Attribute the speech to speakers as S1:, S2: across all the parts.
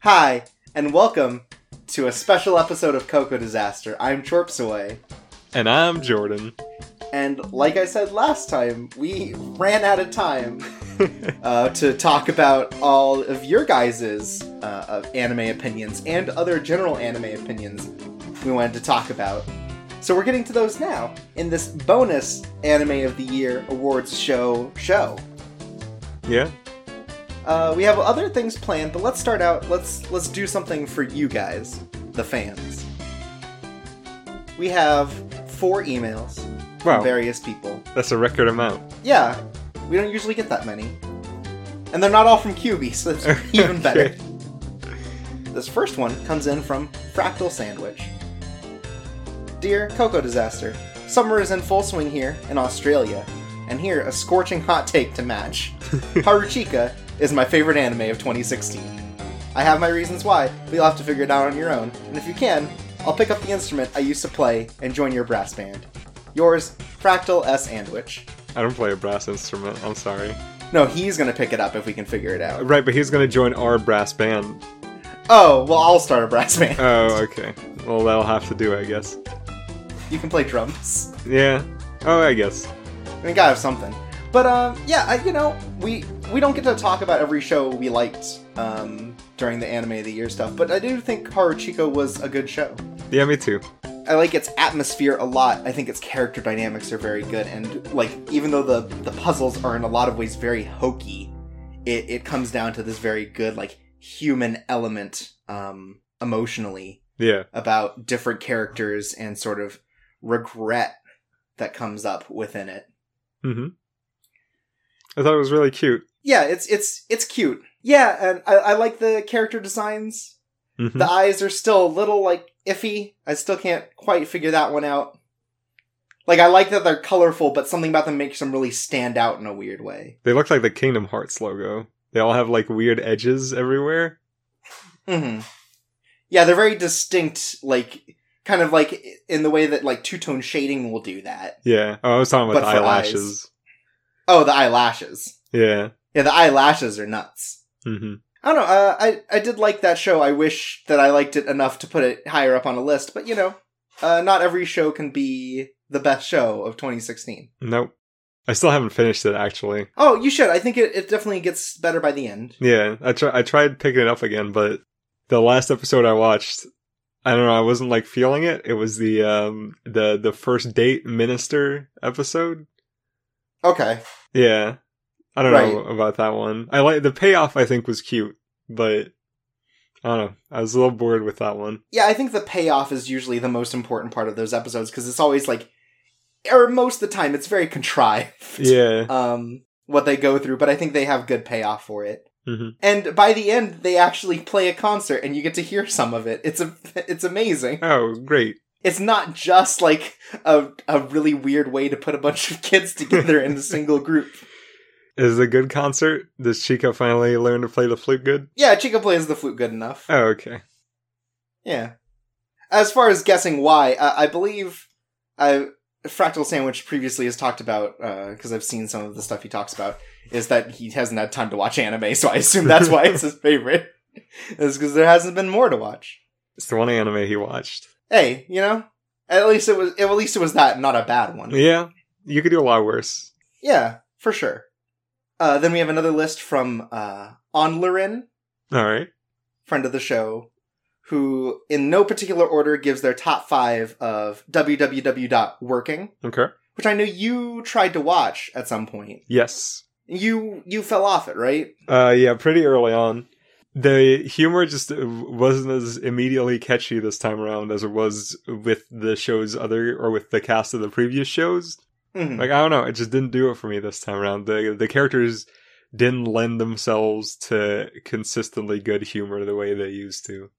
S1: Hi, and welcome to a special episode of Cocoa Disaster. I'm Chorpsaway,
S2: And I'm Jordan.
S1: and like I said last time, we ran out of time uh, to talk about all of your guys's uh, of anime opinions and other general anime opinions we wanted to talk about. So we're getting to those now in this bonus Anime of the Year Awards show show.
S2: Yeah.
S1: Uh, we have other things planned, but let's start out. Let's let's do something for you guys, the fans. We have four emails
S2: Wow.
S1: from various people.
S2: That's a record amount.
S1: Yeah, we don't usually get that many, and they're not all from QB, so it's even better.
S2: Okay.
S1: This first one comes in from Fractal Sandwich. Dear Cocoa Disaster, summer is in full swing here in Australia, and here a scorching hot take to match. Haruchika is my favorite anime of 2016. I have my reasons why, but you'll have to figure it out on your own, and if you can, I'll pick up the instrument I used to play and join your brass band. Yours, Fractal S. Sandwich.
S2: I don't play a brass instrument. I'm sorry.
S1: No, he's gonna pick it up if we can figure it out.
S2: Right, but he's gonna join our brass band.
S1: Oh, well, I'll start a brass band.
S2: Oh, okay. Well, that'll have to do, I guess.
S1: You can play drums.
S2: Yeah. Oh, I guess.
S1: I mean, gotta have something. But um, yeah, I, you know, we we don't get to talk about every show we liked um, during the anime of the year stuff, but I do think Haruchiko was a good show.
S2: Yeah, me too.
S1: I like its atmosphere a lot. I think its character dynamics are very good, and like even though the the puzzles are in a lot of ways very hokey, it it comes down to this very good like human element um, emotionally
S2: Yeah.
S1: about different characters and sort of regret that comes up within it.
S2: Mm-hmm. I thought it was really cute.
S1: yeah, it's it's it's cute. Yeah, and I, I like the character designs.
S2: Mm-hmm.
S1: The eyes are still a little like iffy. I still can't quite figure that one out. Like I like that they're colorful, but something about them makes them really stand out in a weird way.
S2: They look like the Kingdom Hearts logo. They all have like weird edges everywhere.
S1: hmm Yeah, they're very distinct. Like kind of like in the way that like two tone shading will do that.
S2: Yeah. Oh, I was talking about
S1: But
S2: the
S1: for eyes.
S2: eyelashes.
S1: Oh, the eyelashes.
S2: Yeah.
S1: Yeah, the eyelashes are nuts.
S2: Mm-hmm.
S1: I don't know. Uh, I I did like that show. I wish that I liked it enough to put it higher up on a list, but you know, uh, not every show can be the best show of 2016.
S2: Nope. I still haven't finished it actually.
S1: Oh, you should. I think it, it definitely gets better by the end.
S2: Yeah, I try- I tried picking it up again, but the last episode I watched, I don't know, I wasn't like feeling it. It was the um the the first date minister episode.
S1: Okay.
S2: Yeah. I don't know about that one. I like the payoff I think was cute, but I don't know. I was a little bored with that one.
S1: Yeah, I think the payoff is usually the most important part of those episodes because it's always like, or most of the time, it's very contrived.
S2: Yeah.
S1: Um, what they go through, but I think they have good payoff for it.
S2: hmm
S1: And by the end, they actually play a concert, and you get to hear some of it. It's a, it's amazing.
S2: Oh, great.
S1: it's not just like a, a really weird way to put a bunch of kids together in a single group.
S2: Is it a good concert? Does Chica finally learn to play the flute good?
S1: Yeah, Chico plays the flute good enough.
S2: Oh, okay.
S1: Yeah. As far as guessing why, uh, I believe I, Fractal Sandwich previously has talked about, because I've seen some of the stuff he talks about, is that he hasn't had time to watch anime, so I assume that's why it's his favorite. is because there hasn't been more to watch.
S2: It's the one anime he watched.
S1: Hey, you know? At least it was at least it was that, not a bad one.
S2: Yeah. You could do a lot worse.
S1: Yeah, for sure. Uh, then we have another list from uh, Onlerin,
S2: All right.
S1: friend of the show, who in no particular order gives their top five of www.working,
S2: Okay.
S1: which I know you tried to watch at some point.
S2: Yes.
S1: You you fell off it, right?
S2: Uh, yeah, pretty early on. The humor just uh, wasn't as immediately catchy this time around as it was with the show's other or with the cast of the previous shows.
S1: Mhm.
S2: Like I don't know, it just didn't do it for me this time around. The the characters didn't lend themselves to consistently good humor the way they used to.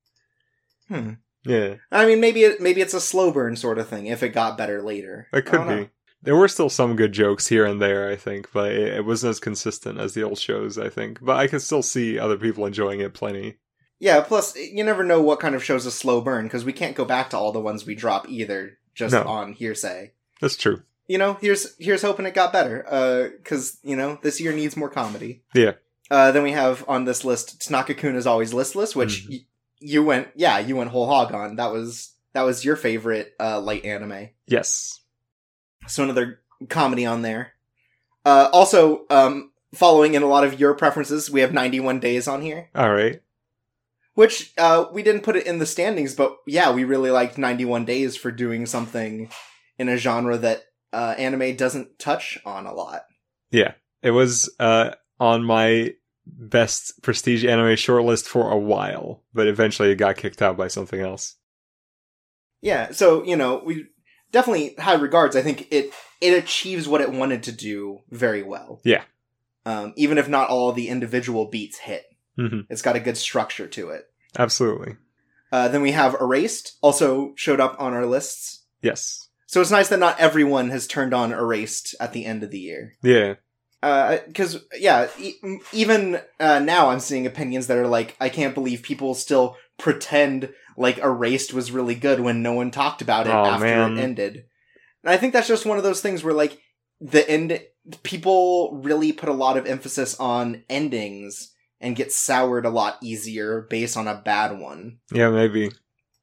S1: Hmm.
S2: Yeah,
S1: I mean, maybe it, maybe it's a slow burn sort of thing if it got better later.
S2: it
S1: I
S2: could
S1: don't know.
S2: be. There were still some good jokes here and there, I think, but it, it wasn't as consistent as the old shows, I think. But I can still see other people enjoying it plenty.
S1: Yeah, plus you never know what kind of show's a slow burn because we can't go back to all the ones we drop either, just
S2: No.
S1: on hearsay.
S2: That's true.
S1: You know, here's here's hoping it got better, because you know this year needs more comedy.
S2: Yeah.
S1: Uh, then we have on this list Tanaka-kun is always listless, which
S2: Mhm.
S1: y- you went, yeah, you went whole hog on. That was that was your favorite uh, light anime.
S2: Yes.
S1: So another comedy on there. Uh, also, um, following in a lot of your preferences, we have 91 Days on here.
S2: All right.
S1: Which uh, we didn't put it in the standings, but yeah, we really liked 91 Days for doing something in a genre that uh, anime doesn't touch on a lot.
S2: It was uh, on my best prestige anime shortlist for a while, but eventually it got kicked out by something else.
S1: Yeah, so you know we definitely high regards. I think it it achieves what it wanted to do very well.
S2: Yeah.
S1: um, even if not all the individual beats hit,
S2: hmm
S1: it's got a good structure to it.
S2: Absolutely.
S1: Uh, then we have Erased, also showed up on our lists.
S2: Yes.
S1: So it's nice that not everyone has turned on Erased at the end of the year.
S2: Yeah.
S1: because Uh, yeah, e- m- even uh, now I'm seeing opinions that are like, I can't believe people still pretend like Erased was really good when no one talked about it
S2: Aw,
S1: after
S2: man.
S1: it ended. And I think that's just one of those things where like the end, people really put a lot of emphasis on endings and get soured a lot easier based on a bad one.
S2: Yeah, maybe.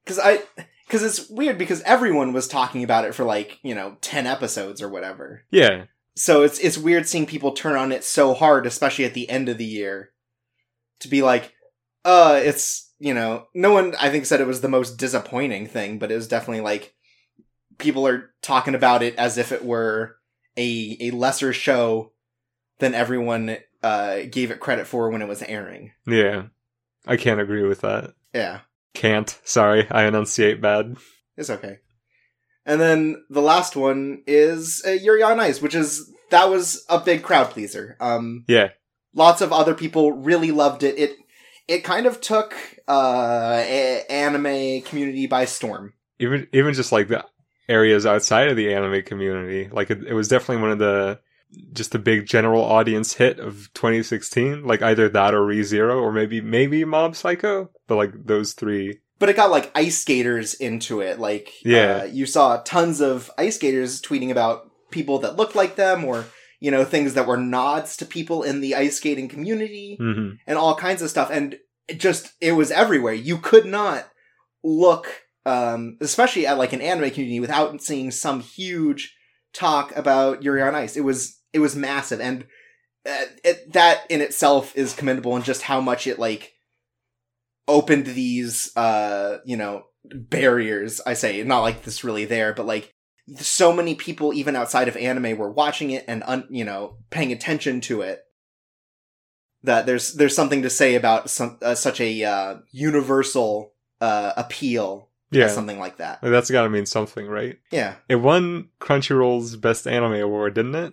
S1: Because I, because it's weird because everyone was talking about it for like you know ten episodes or whatever
S2: Yeah.
S1: so it's it's weird seeing people turn on it so hard, especially at the end of the year, to be like, uh, it's you know, no one I think said it was the most disappointing thing, but it was definitely like people are talking about it as if it were a a lesser show than everyone uh gave it credit for when it was airing.
S2: Yeah. I can't agree with that.
S1: Yeah,
S2: Can't. Sorry. I enunciate bad.
S1: it's okay. And then the last one is uh, Yuri on Ice, which is that was a big crowd pleaser. Um,
S2: Yeah.
S1: lots of other people really loved it. It it kind of took uh a- anime community by storm.
S2: even even just like the areas outside of the anime community like it, it was definitely one of the just the big general audience hit of 2016 like either that or rezero or maybe maybe mob psycho but like those three
S1: But it got like ice skaters into it. Like
S2: Yeah.
S1: uh, you saw tons of ice skaters tweeting about people that looked like them or you know things that were nods to people in the ice skating community
S2: Mhm.
S1: and all kinds of stuff and it just it was everywhere. You could not look um especially at like an anime community without seeing some huge talk about Yuri on Ice. It was it was massive and uh, it, that in itself is commendable and just how much it like opened these uh you know barriers i say not like this really there but like so many people even outside of anime were watching it and un, you know paying attention to it that there's there's something to say about some uh, such a uh, universal uh appeal
S2: yeah
S1: as something like that
S2: Like, that's gotta mean something right
S1: yeah
S2: it won crunchyroll's best anime award didn't it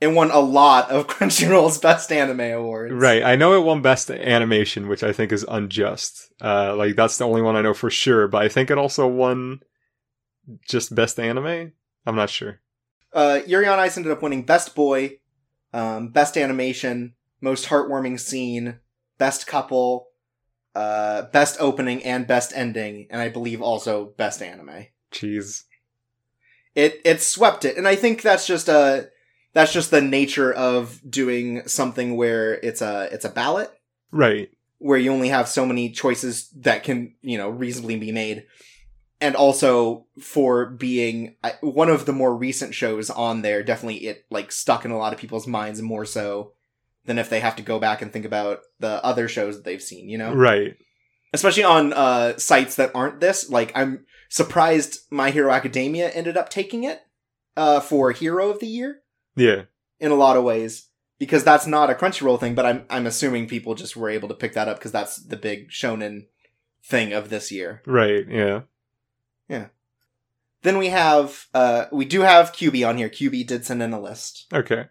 S1: it won a lot of crunchyroll's best anime awards
S2: right i know it won best animation which i think is unjust uh like that's the only one i know for sure but i think it also won just best anime i'm not sure
S1: uh, Yuri on Ice ended up winning Best Boy, um, Best Animation, Most Heartwarming Scene, Best Couple, uh, Best Opening, and Best Ending, and I believe also Best Anime.
S2: jeez
S1: It it swept it, and I think that's just a that's just the nature of doing something where it's a it's a ballot
S2: Right.
S1: where you only have so many choices that can you know reasonably be made and also for being I- one of the more recent shows on there definitely it like stuck in a lot of people's minds more so than if they have to go back and think about the other shows that they've seen you know
S2: Right.
S1: especially on uh sites that aren't this like i'm surprised my hero academia ended up taking it uh for hero of the year
S2: Yeah.
S1: in a lot of ways because that's not a Crunchyroll thing, but I'm I'm assuming people just were able to pick that up because that's the big shonen thing of this year.
S2: Right. Yeah.
S1: Then we have uh we do have QB on here. QB did send in a list.
S2: Okay.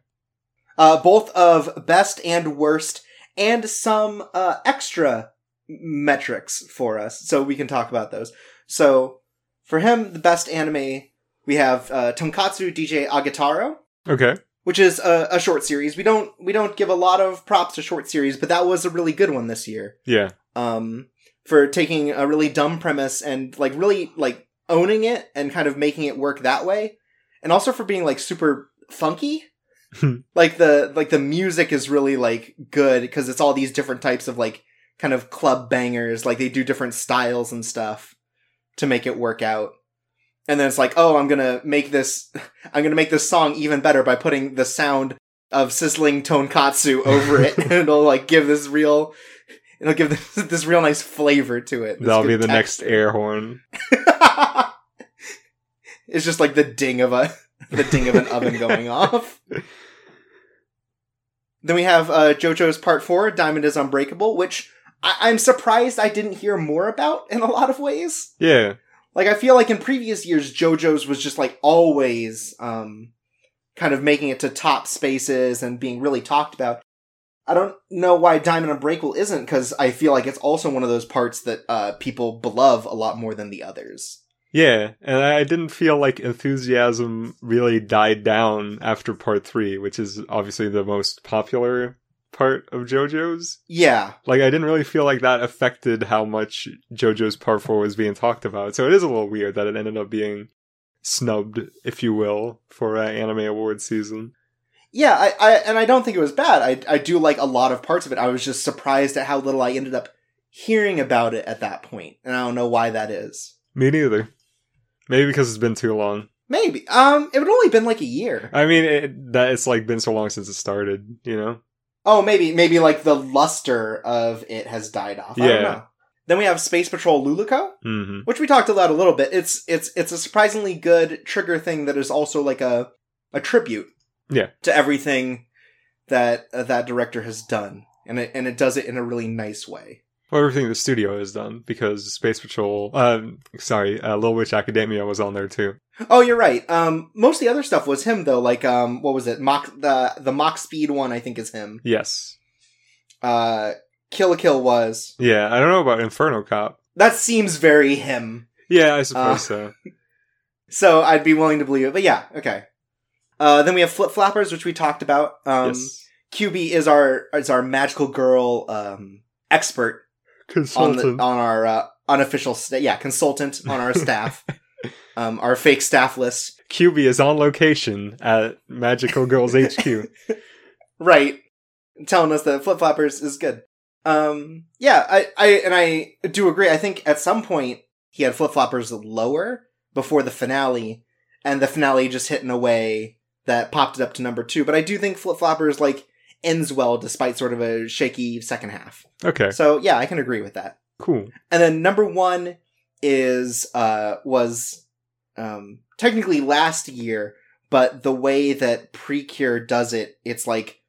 S1: Uh both of best and worst and some uh extra metrics for us so we can talk about those. So for him the best anime we have uh Tonkatsu DJ Agataro
S2: Okay.
S1: which is a, a short series. We don't we don't give a lot of props to short series, but that was a really good one this year.
S2: Yeah.
S1: um, for taking a really dumb premise and like really like owning it and kind of making it work that way, and also for being like super funky. like the like the music is really like good because it's all these different types of like kind of club bangers. Like they do different styles and stuff to make it work out. And then it's like, oh, I'm gonna make this, I'm gonna make this song even better by putting the sound of sizzling tonkatsu over it, and it'll like give this real, it'll give this, this real nice flavor to it. This
S2: That'll
S1: good
S2: be the
S1: text.
S2: next air horn.
S1: it's just like the ding of a, the ding of an oven going off. Then we have uh, JoJo's Part Four, Diamond is Unbreakable, which I- I'm surprised I didn't hear more about in a lot of ways.
S2: Yeah,
S1: Like I feel like in previous years, JoJo's was just like always um, kind of making it to top spaces and being really talked about. I don't know why Diamond Unbreakable isn't because I feel like it's also one of those parts that uh, people love a lot more than the others.
S2: yeah. And I didn't feel like enthusiasm really died down after part three, which is obviously the most popular part of JoJo's.
S1: Yeah,
S2: Like, I didn't really feel like that affected how much JoJo's part four was being talked about. So it is a little weird that it ended up being snubbed, if you will, for uh, anime awards season.
S1: yeah, I, I and I don't think it was bad. I I do like a lot of parts of it. I was just surprised at how little I ended up hearing about it at that point, and I don't know why that is.
S2: Me neither. Maybe because it's been too long.
S1: Maybe um, it would only been like a year.
S2: I mean, it, that it's like been so long since it started, you know?
S1: Oh, maybe maybe like the luster of it has died off. I
S2: Yeah.
S1: don't know. Then we have Space Patrol Luluco,
S2: hmm
S1: which we talked about a little bit. It's it's it's a surprisingly good trigger thing that is also like a a tribute.
S2: Yeah.
S1: To everything that uh, that director has done, and it and it does it in a really nice way.
S2: Well, everything the studio has done because Space Patrol, um, sorry, uh, Little Witch Academia was on there too.
S1: Oh, you're right. Um, most of the other stuff was him though. Like um, what was it? Mock the the mock speed one I think is him.
S2: Yes.
S1: Uh, Kill a Kill was.
S2: Yeah, I don't know about Inferno Cop.
S1: That seems very him.
S2: Yeah, I suppose
S1: Uh,
S2: so.
S1: So I'd be willing to believe it. But yeah, okay. Uh, then we have flip flappers, which we talked about. Um,
S2: yes.
S1: QB is our is our magical girl um, expert on the,
S2: Consultant.
S1: on our uh, unofficial sta- yeah consultant on our staff, um, our fake staff list.
S2: QB is on location at Magical Girls HQ.
S1: Right, telling us that flip flappers is good. Um, yeah, I, I and I do agree. I think at some point he had flip floppers lower before the finale, and the finale just hit in a way that popped it up to number two. But I do think flip floppers like ends well despite sort of a shaky second half.
S2: Okay,
S1: So yeah, I can agree with that.
S2: cool.
S1: And then number one is uh was um technically last year, but the way that Precure does it, it's like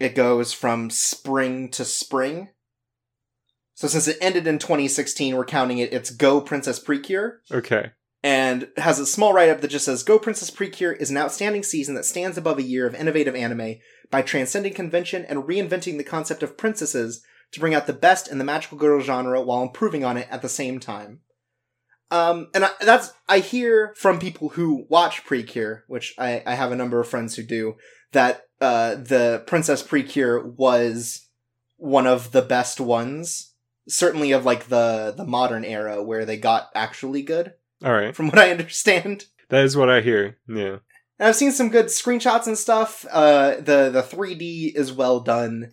S1: it goes from spring to spring. So since it ended in 2016, we're counting it. It's Go Princess Precure
S2: Okay.
S1: and has a small write up that just says Go Princess Precure is an outstanding season that stands above a year of innovative anime by transcending convention and reinventing the concept of princesses to bring out the best in the magical girl genre while improving on it at the same time. Um, and I, that's I hear from people who watch Precure, which I, I have a number of friends who do, that uh, the Princess Precure was one of the best ones, certainly of like the the modern era where they got actually good
S2: All right.
S1: from what I understand.
S2: That is what I hear. Yeah.
S1: And I've seen some good screenshots and stuff. Uh, the the 3D is well done,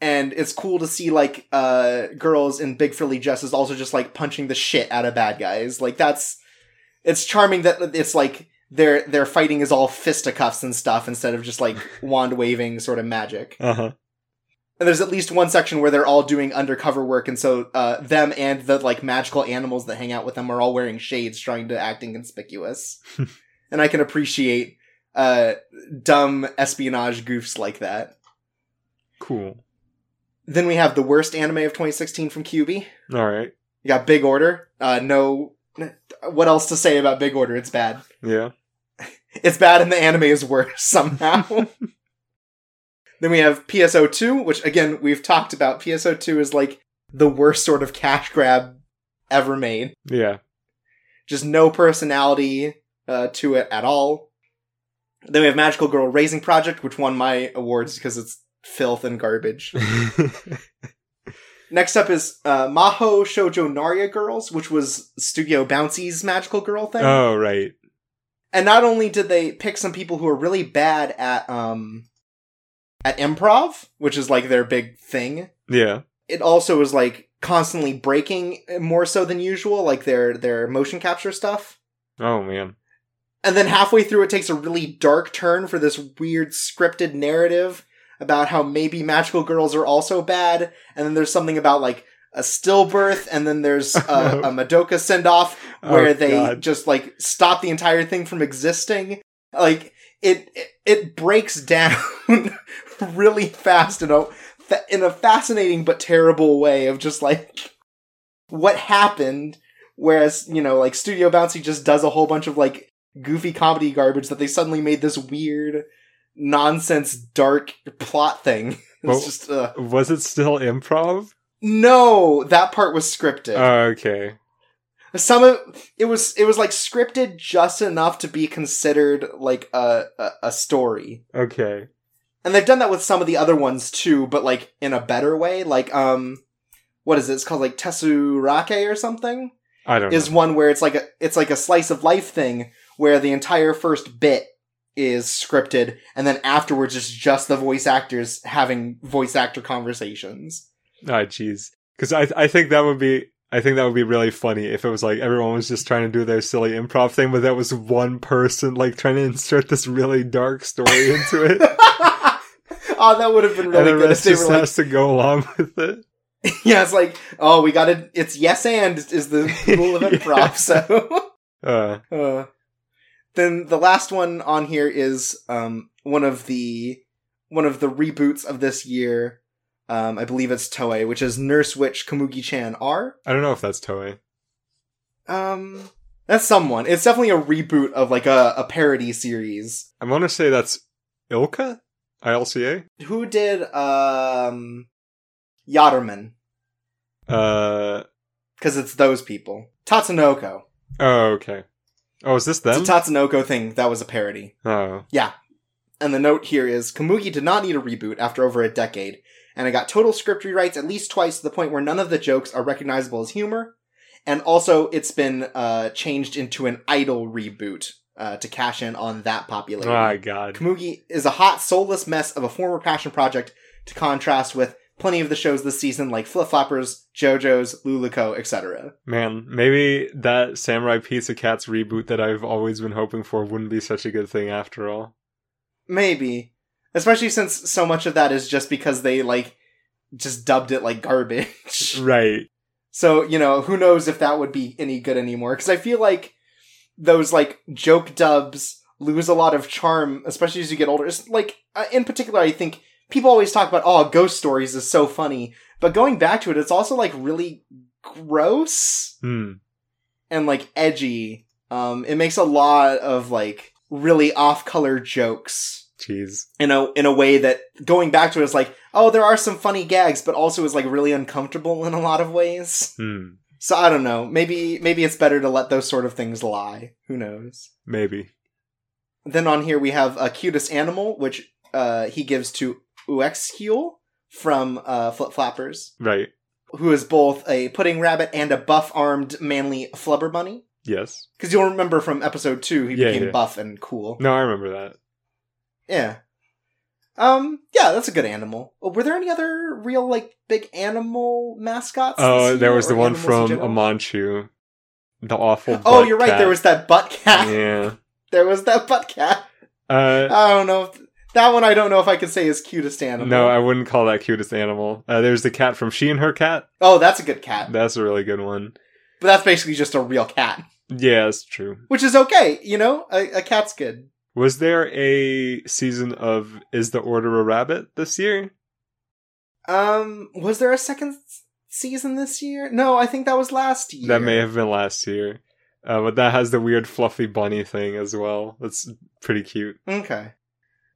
S1: and it's cool to see like uh, girls in big frilly dresses also just like punching the shit out of bad guys. Like that's it's charming that it's like their their fighting is all fisticuffs and stuff instead of just like wand waving sort of magic.
S2: Uh huh.
S1: And there's at least one section where they're all doing undercover work, and so uh, them and the like magical animals that hang out with them are all wearing shades, trying to acting conspicuous. and I can appreciate uh, dumb espionage goofs like that.
S2: Cool.
S1: Then we have the worst anime of 2016 from QB. You
S2: All right.
S1: got Big Order. Uh, no, what else to say about Big Order? It's bad.
S2: Yeah.
S1: It's bad, and the anime is worse somehow. Then we have PSO2, which again we've talked about. PSO2 is like the worst sort of cash grab ever made.
S2: Yeah.
S1: Just no personality uh, to it at all. Then we have Magical Girl Raising Project, which won my awards because it's filth and garbage. Next up is uh, Maho Shoujo Narya Girls, which was Studio Bouncy's magical girl thing.
S2: Oh, right.
S1: and not only did they pick some people who are really bad at um at improv, which is like their big thing,
S2: Yeah.
S1: it also is like constantly breaking more so than usual, like their their motion capture stuff.
S2: Oh man.
S1: And then halfway through, it takes a really dark turn for this weird scripted narrative about how maybe magical girls are also bad. And then there's something about like a stillbirth, and then there's a, a Madoka send off
S2: Oh,
S1: where they
S2: God.
S1: just like stop the entire thing from existing. Like it, it, it breaks down really fast in a fa- in a fascinating but terrible way of just like what happened. Whereas you know, like Studio Bouncy just does a whole bunch of like goofy comedy garbage that they suddenly made this weird nonsense dark plot thing. It's
S2: Well-
S1: just uh,
S2: Was it still improv?
S1: no, that part was scripted.
S2: Oh, okay.
S1: Some of it was it was like scripted just enough to be considered like a, a a story,
S2: Okay.
S1: and they've done that with some of the other ones too, but like in a better way. Like um, what is it? It's called like Tessurake or something.
S2: I don't
S1: Is
S2: know.
S1: one where it's like a it's like a slice of life thing where the entire first bit is scripted, and then afterwards it's just the voice actors having voice actor conversations.
S2: Ah, jeez. Because I I think that would be I think that would be really funny if it was like everyone was just trying to do their silly improv thing, but that was one person like trying to insert this really dark story into it,
S1: oh, that would have been
S2: and
S1: really
S2: the
S1: good if
S2: rest
S1: they
S2: just
S1: were like.
S2: has to go along with it.
S1: yeah, it's like, oh, we gotta, it's yes and is the rule of improv,
S2: Yeah.
S1: so.
S2: Uh,
S1: uh, then the last one on here is, um, one of the, one of the reboots of this year. Um, I believe it's Toei, which is Nurse Witch Kamugi-chan R.
S2: I don't know if that's Toei.
S1: Um, that's someone. It's definitely a reboot of like a, a parody series.
S2: I want to say that's Ilka, I L C A.
S1: Who did, um, Yatterman?
S2: Uh,
S1: Cause it's those people. Tatsunoko.
S2: oh, okay. Oh, is this them?
S1: It's a Tatsunoko thing. That was a parody.
S2: oh,
S1: And the note here is Kamugi did not need a reboot after over a decade, and it got total script rewrites at least twice to the point where none of the jokes are recognizable as humor. And also, it's been uh, changed into an idol reboot uh, to cash in on that popularity.
S2: my Ah, God.
S1: Kamugi is a hot, soulless mess of a former passion project to contrast with plenty of the shows this season like Flip Floppers, JoJo's, Luluko, etc.
S2: Man, maybe that Samurai Pizza Cats reboot that I've always been hoping for wouldn't be such a good thing after all.
S1: Maybe. Especially since so much of that is just because they, like, just dubbed it like garbage.
S2: Right.
S1: So, you know, who knows if that would be any good anymore. Because I feel like those, like, joke dubs lose a lot of charm, especially as you get older. It's like, uh, in particular, I think people always talk about, oh, ghost stories is so funny. But going back to it, it's also, like, really gross
S2: Hmm.
S1: and, like, edgy. Um, it makes a lot of, like, really off color jokes
S2: Jeez.
S1: in a, in a way that going back to it is like, oh, there are some funny gags, but also is, like, really uncomfortable in a lot of ways.
S2: Hmm.
S1: So I don't know. Maybe maybe it's better to let those sort of things lie. Who knows?
S2: Maybe.
S1: Then on here we have a cutest animal, which uh, he gives to Uexkule from uh, Flip Flappers,
S2: Right.
S1: who is both a pudding rabbit and a buff-armed manly flubber bunny.
S2: Yes.
S1: Because you'll remember from episode two, he
S2: Yeah,
S1: became
S2: yeah.
S1: buff and cool.
S2: No, I remember that.
S1: Yeah. Um. Yeah, that's a good animal. Oh, Were there any other real like big animal mascots?
S2: Oh,
S1: this
S2: there
S1: year
S2: was the
S1: or
S2: one
S1: animals in
S2: from
S1: general?
S2: Amanchu. The awful.
S1: Oh,
S2: butt
S1: you're right.
S2: cat.
S1: There was that butt cat.
S2: Yeah.
S1: There was that butt cat.
S2: Uh,
S1: I don't know. If, that one I don't know if I could say is cutest animal.
S2: no, I wouldn't call that cutest animal. Uh, there's the cat from She and Her Cat.
S1: oh, that's a good cat.
S2: That's a really good one.
S1: but that's basically just a real cat,
S2: Yeah, that's true.
S1: which is okay. You know, a, a cat's good.
S2: Was there a season of Is the Order a Rabbit this year?
S1: Um, was there a second s- season this year? No, I think that was last year.
S2: That may have been last year. Uh, but that has the weird fluffy bunny thing as well. That's pretty cute.
S1: Okay.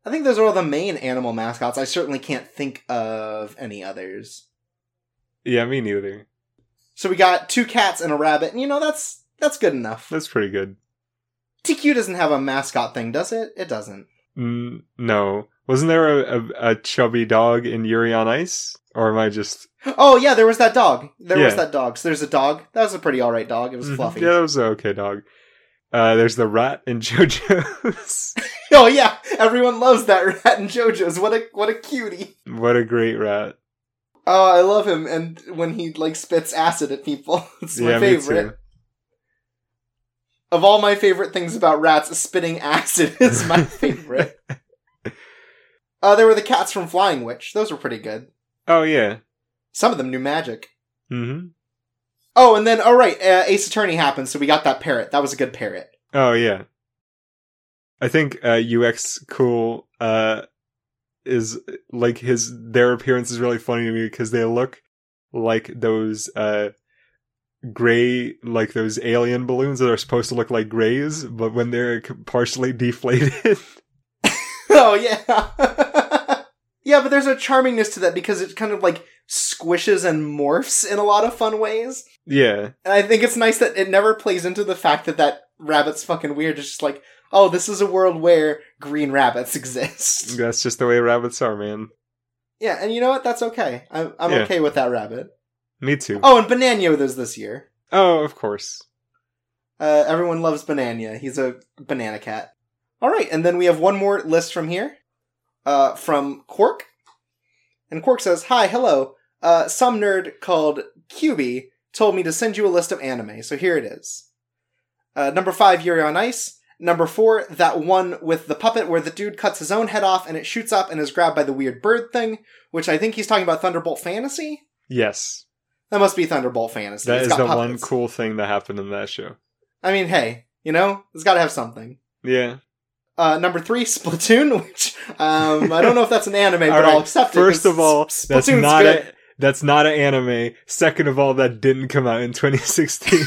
S1: I think those are all the main animal mascots. I certainly can't think of any others.
S2: Yeah, me neither.
S1: So we got two cats and a rabbit, and you know that's that's good enough.
S2: That's pretty good.
S1: TQ doesn't have a mascot thing, does it? It doesn't.
S2: Mm, no. Wasn't there a, a, a chubby dog in Yuri on Ice? Or am I just?
S1: Oh yeah, there was that dog. There was
S2: Yeah.
S1: that dog. So there's a dog. That was a pretty all right dog. It was
S2: Mhm.
S1: fluffy.
S2: Yeah, that was an okay dog. Uh, there's the rat in JoJo's.
S1: Oh yeah, everyone loves that rat and JoJo's. What a what a cutie.
S2: what a great rat!
S1: Oh, I love him. And when he like spits acid at people, it's my
S2: yeah,
S1: favorite. Of all my favorite things about rats, spitting acid is my favorite. uh, there were the cats from Flying Witch. Those were pretty good.
S2: Oh yeah.
S1: Some of them knew magic.
S2: hmm
S1: Oh, and then, oh right, uh, Ace Attorney happened, so we got that parrot. That was a good parrot.
S2: Oh yeah. I think uh, UX cool uh, is like his their appearance is really funny to me because they look like those uh, gray like those alien balloons that are supposed to look like grays, but when they're partially deflated.
S1: Oh yeah. yeah, but there's a charmingness to that because it kind of like squishes and morphs in a lot of fun ways.
S2: yeah.
S1: And I think it's nice that it never plays into the fact that that rabbit's fucking weird. It's just like, oh, this is a world where green rabbits exist. Yeah,
S2: That's just the way rabbits are, man.
S1: and you know what? That's okay. I'm, I'm
S2: Yeah.
S1: okay with that rabbit.
S2: Me too.
S1: Oh, and Banania was this year.
S2: Oh, of course.
S1: Uh, everyone loves Banania. He's a banana cat. All right, and then we have one more list from here, uh, from Quark. And Quark says, "Hi, hello. Uh, some nerd called QB told me to send you a list of anime, so here it is. Uh, number five, Yuri on Ice. Number four, that one with the puppet where the dude cuts his own head off and it shoots up and is grabbed by the weird bird thing, which I think he's talking about Thunderbolt Fantasy.
S2: Yes.
S1: That must be Thunderbolt Fantasy.
S2: That
S1: It's got
S2: is the one
S1: puppets.
S2: cool thing that happened in that show.
S1: I mean, hey, you know, it's got to have something.
S2: Yeah.
S1: Uh, number three, Splatoon, which um, I don't know if that's an anime, but
S2: All right,
S1: I'll accept it.
S2: First
S1: 'cause
S2: of all,
S1: S-
S2: that's
S1: Splatoon's
S2: not
S1: good.
S2: a that's not an anime. Second of all, that didn't come out in 2016.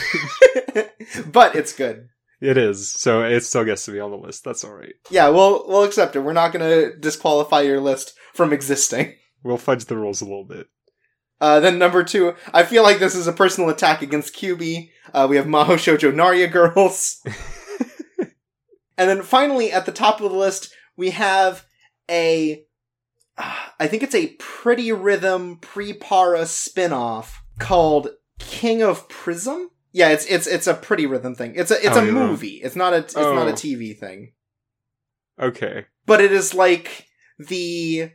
S1: but it's good.
S2: it is, so it still gets to be on the list. That's all right.
S1: Yeah, we'll we'll accept it. We're not going to disqualify your list from existing.
S2: We'll fudge the rules a little bit.
S1: Uh, then number two, I feel like this is a personal attack against QB. Uh, we have Maho Shoujo Narya Girls. and then finally, at the top of the list, we have a, ah, I think it's a Pretty Rhythm pre-para spin-off called King of Prism. Yeah, it's it's it's a Pretty Rhythm thing. It's a it's
S2: Oh,
S1: a
S2: you're wrong.
S1: movie. It's not a it's not a
S2: Oh.
S1: TV thing
S2: Okay.
S1: but it is like the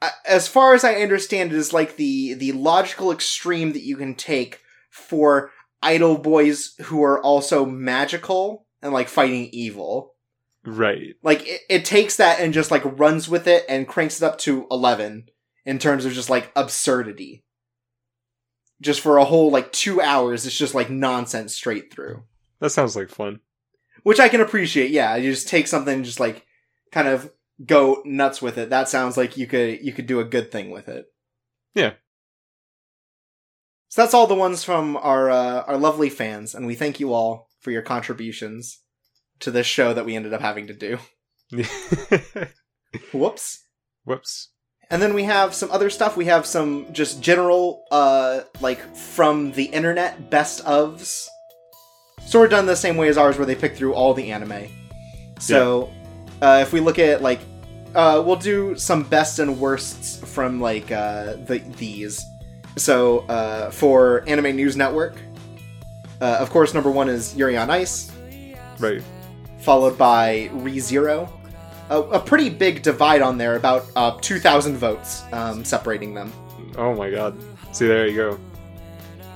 S1: a- as far as i understand it is like the the logical extreme that you can take for idol boys who are also magical and like fighting evil
S2: Right.
S1: like it, it takes that and just like runs with it and cranks it up to 11 in terms of just like absurdity just for a whole like two hours it's just like nonsense straight through
S2: That sounds like fun.
S1: which I can appreciate. Yeah, you just take something and just like kind of go nuts with it. That sounds like you could you could do a good thing with it.
S2: Yeah.
S1: So that's all the ones from our uh, our lovely fans, and we thank you all for your contributions to this show that we ended up having to do. Whoops.
S2: Whoops.
S1: And then we have some other stuff. We have some just general, uh, like from the internet best ofs. Sort of done the same way as ours, where they pick through all the anime. So, uh, if we look at like, uh, we'll do some best and worsts from like uh, the these. So uh, for Anime News Network, uh, of course, number one is Yuri on Ice
S2: Right.
S1: followed by ReZero. A, a pretty big divide on there, about uh, 2,000 votes um, separating them.
S2: Oh my god. See, there you go.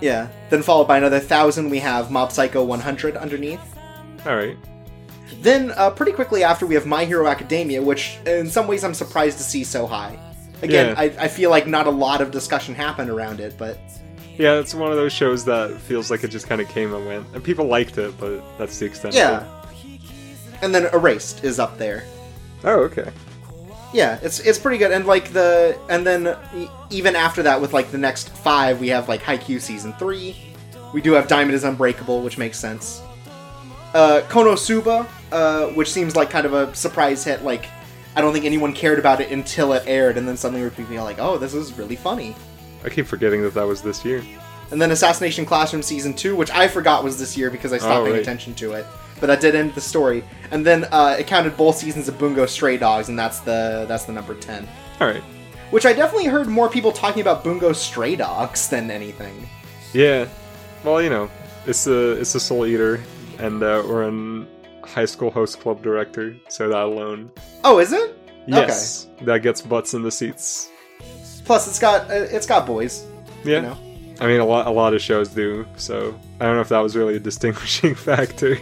S1: Yeah. Then followed by another 1,000, we have Mob Psycho 100 underneath.
S2: All right.
S1: Then, uh, pretty quickly after, we have My Hero Academia, which in some ways I'm surprised to see so high. Again,
S2: Yeah.
S1: I, I feel like not a lot of discussion happened around it, but
S2: Yeah, it's one of those shows that feels like it just kind of came and went, and people liked it, but that's the extent.
S1: yeah.
S2: Of
S1: And then Erased is up there.
S2: it. Oh, okay.
S1: yeah it's it's pretty good and like the and then e- even after that with like the next five we have like haikyuu season three we do have diamond is unbreakable which makes sense uh konosuba uh which seems like kind of a surprise hit like i don't think anyone cared about it until it aired and then suddenly people are like oh this is really funny
S2: I keep forgetting that that was this year.
S1: and then assassination classroom season two which i forgot was this year because i stopped
S2: Oh,
S1: paying
S2: right.
S1: attention to it but that did end the story and then uh, it counted both seasons of bungo stray dogs and that's the that's the number 10
S2: All right.
S1: which I definitely heard more people talking about Bungo Stray Dogs than anything.
S2: Yeah. Well, you know, it's a it's a soul eater, and uh, we're in high school host club director, so that alone.
S1: Oh, is it?
S2: Yes, that gets butts in the seats.
S1: Plus, it's got uh, it's got boys.
S2: Yeah.
S1: You know?
S2: I mean, a lot a lot of shows do. So I don't know if that was really a distinguishing factor.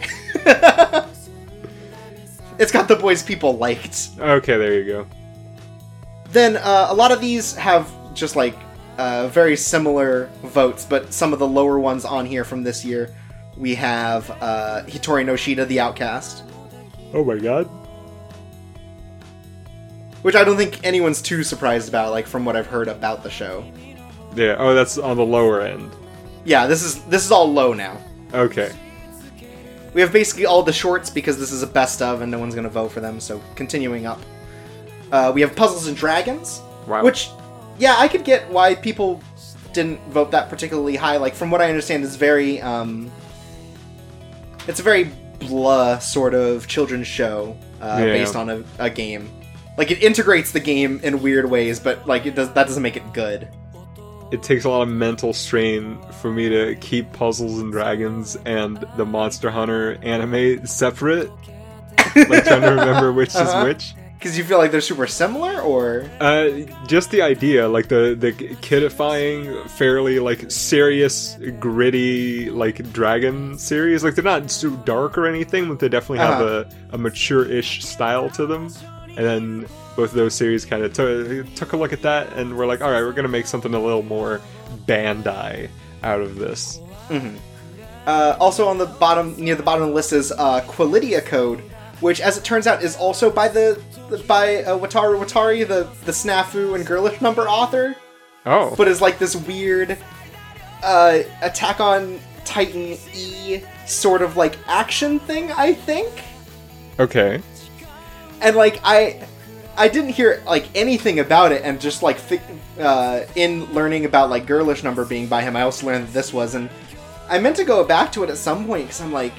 S1: it's got the boys people liked.
S2: okay, there you go.
S1: Then uh, a lot of these have just like uh, very similar votes, but some of the lower ones on here from this year, we have uh, Hitori no Shida, the Outcast,
S2: Oh my god.
S1: which I don't think anyone's too surprised about, like from what I've heard about the show.
S2: Yeah. Oh, that's on the lower end.
S1: Yeah, this is this is all low now.
S2: Okay.
S1: We have basically all the shorts because this is a best of, and no one's gonna vote for them. So continuing up, uh, we have Puzzles and Dragons,
S2: Wow.
S1: Which, yeah, I could get why people didn't vote that particularly high. Like, from what I understand, it's very, um, it's a very blah sort of children's show uh,
S2: Yeah.
S1: based on a, a game. Like, it integrates the game in weird ways, but like, it does that doesn't make it good.
S2: it takes a lot of mental strain for me to keep puzzles and dragons and the Monster Hunter anime separate. like trying to remember which
S1: Uh-huh.
S2: is which.
S1: Because you feel like they're super similar, or
S2: Uh, just the idea, like the the kidifying, fairly like serious, gritty, like dragon series. Like they're not so dark or anything, but they definitely have
S1: Uh-huh.
S2: a, a mature-ish style to them. And then both of those series kind of took took a look at that, and we're like, all right, we're gonna make something a little more Bandai out of this.
S1: uh, also on the bottom near the bottom of the list is uh, Quilidia Code, which, as it turns out, is also by the by uh, Wataru Watari, the the Snafu and Girlish Number author.
S2: Oh,
S1: but is like this weird uh, Attack on Titan E sort of like action thing, I think.
S2: okay.
S1: And like I, I didn't hear like anything about it, and just like fi- uh, in learning about like Girlish Number being by him, I also learned that this was, and I meant to go back to it at some point because I'm like,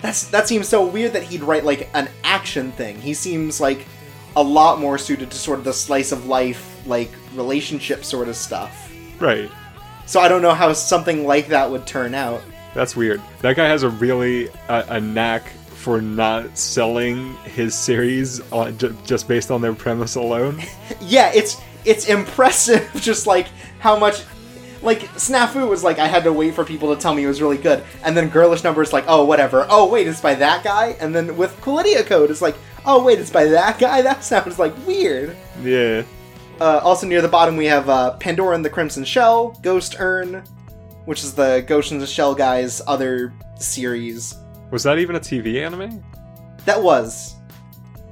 S1: that's that seems so weird that he'd write like an action thing. He seems like a lot more suited to sort of the slice of life, like relationship sort of stuff.
S2: Right.
S1: So I don't know how something like that would turn out.
S2: That's weird. That guy has a really uh, a knack for not selling his series on, j- just based on their premise alone.
S1: Yeah, it's it's impressive just like how much like Snafu was like I had to wait for people to tell me it was really good. And then Girlish Number is like, "Oh, whatever. Oh, wait, it's by that guy." And then with Quilidia Code it's like, "Oh, wait, it's by that guy." That sounds like weird.
S2: yeah.
S1: Uh, also near the bottom we have uh, Pandora and the Crimson Shell, Ghost Urn, which is the Ghost and the Shell guy's other series.
S2: Was that even a TV anime?
S1: That was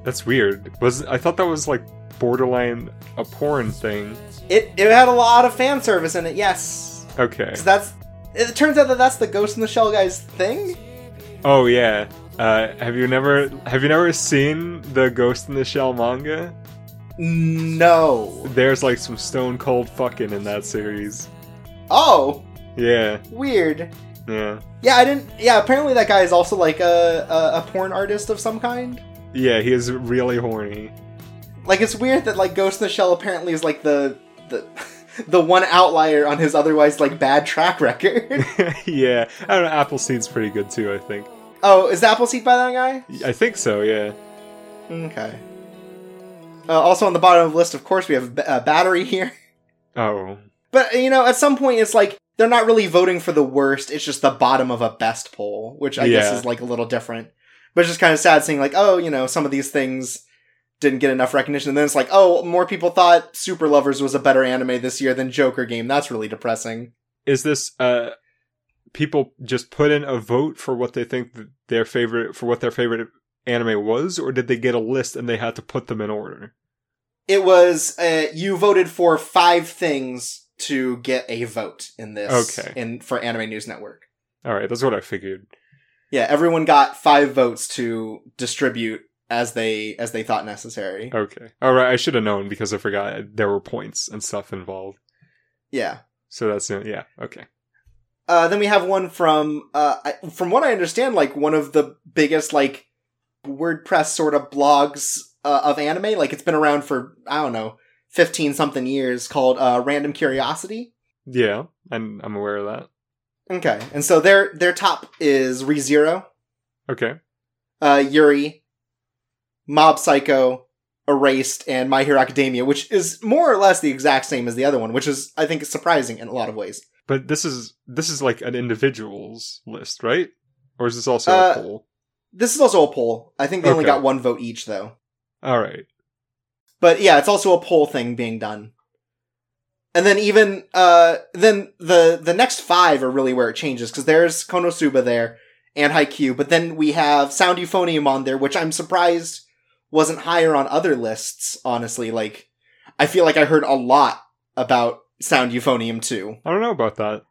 S2: That's weird. Was I thought that was like borderline a porn thing.
S1: it. It had a lot of fan service in it. Yes.
S2: Okay.
S1: So that's. It turns out that that's the Ghost in the Shell guy's thing.
S2: Oh yeah. Uh, have you never have you never seen the Ghost in the Shell manga?
S1: No.
S2: There's like some stone cold fucking in that series.
S1: Oh,
S2: Yeah.
S1: weird.
S2: Yeah.
S1: Yeah, I didn't. Yeah, apparently that guy is also like a a, a porn artist of some kind.
S2: Yeah, he is really horny.
S1: Like it's weird that like Ghost in the Shell apparently is like the the the one outlier on his otherwise like bad track record.
S2: yeah, I don't know. Appleseed's pretty good too. I think.
S1: oh, is Appleseed by that guy?
S2: I think so. Yeah.
S1: Okay. Uh, also on the bottom of the list, of course, we have B- uh, Battery here.
S2: Oh.
S1: But you know, at some point, it's like they're not really voting for the worst. It's just the bottom of a best poll, which I guess
S2: Yeah.
S1: is like a little different. But it's just kind of sad seeing like, oh, you know, some of these things didn't get enough recognition. And then it's like, oh, more people thought Super Lovers was a better anime this year than Joker Game. That's really depressing.
S2: Is this uh, people just put in a vote for what they think th- their favorite for what their favorite anime was, or did they get a list and they had to put them in order?
S1: It was uh, you voted for five things to get a vote in this,
S2: Okay.
S1: in for Anime News Network.
S2: All right, that's what I figured.
S1: Yeah, everyone got five votes to distribute as they as they thought necessary.
S2: Okay. All right, I should have known because I forgot uh, there were points and stuff involved.
S1: Yeah.
S2: So that's yeah. Okay.
S1: Uh, then we have one from, uh, I- from what I understand, like one of the biggest like WordPress sort of blogs uh, of anime. Like it's been around for I don't know 15 something years called uh, Random Curiosity.
S2: Yeah, I'm, I'm aware of that.
S1: Okay. And so their their top is ReZero,
S2: Okay.
S1: uh, Yuri, Mob Psycho, Erased, and My Hero Academia, which is more or less the exact same as the other one, which is, I think, surprising in a lot of ways.
S2: But this is this is like an individual's list, right? Or is this also
S1: Uh,
S2: a poll?
S1: This is also a poll. I think they only
S2: Okay.
S1: got one vote each, though.
S2: All right.
S1: But yeah, it's also a poll thing being done. And then even uh then the the next five are really where it changes because there's Konosuba there and Haikyuu, but then we have Sound Euphonium on there, which I'm surprised wasn't higher on other lists. Honestly, like I feel like I heard a lot about Sound Euphonium too.
S2: I don't know about that.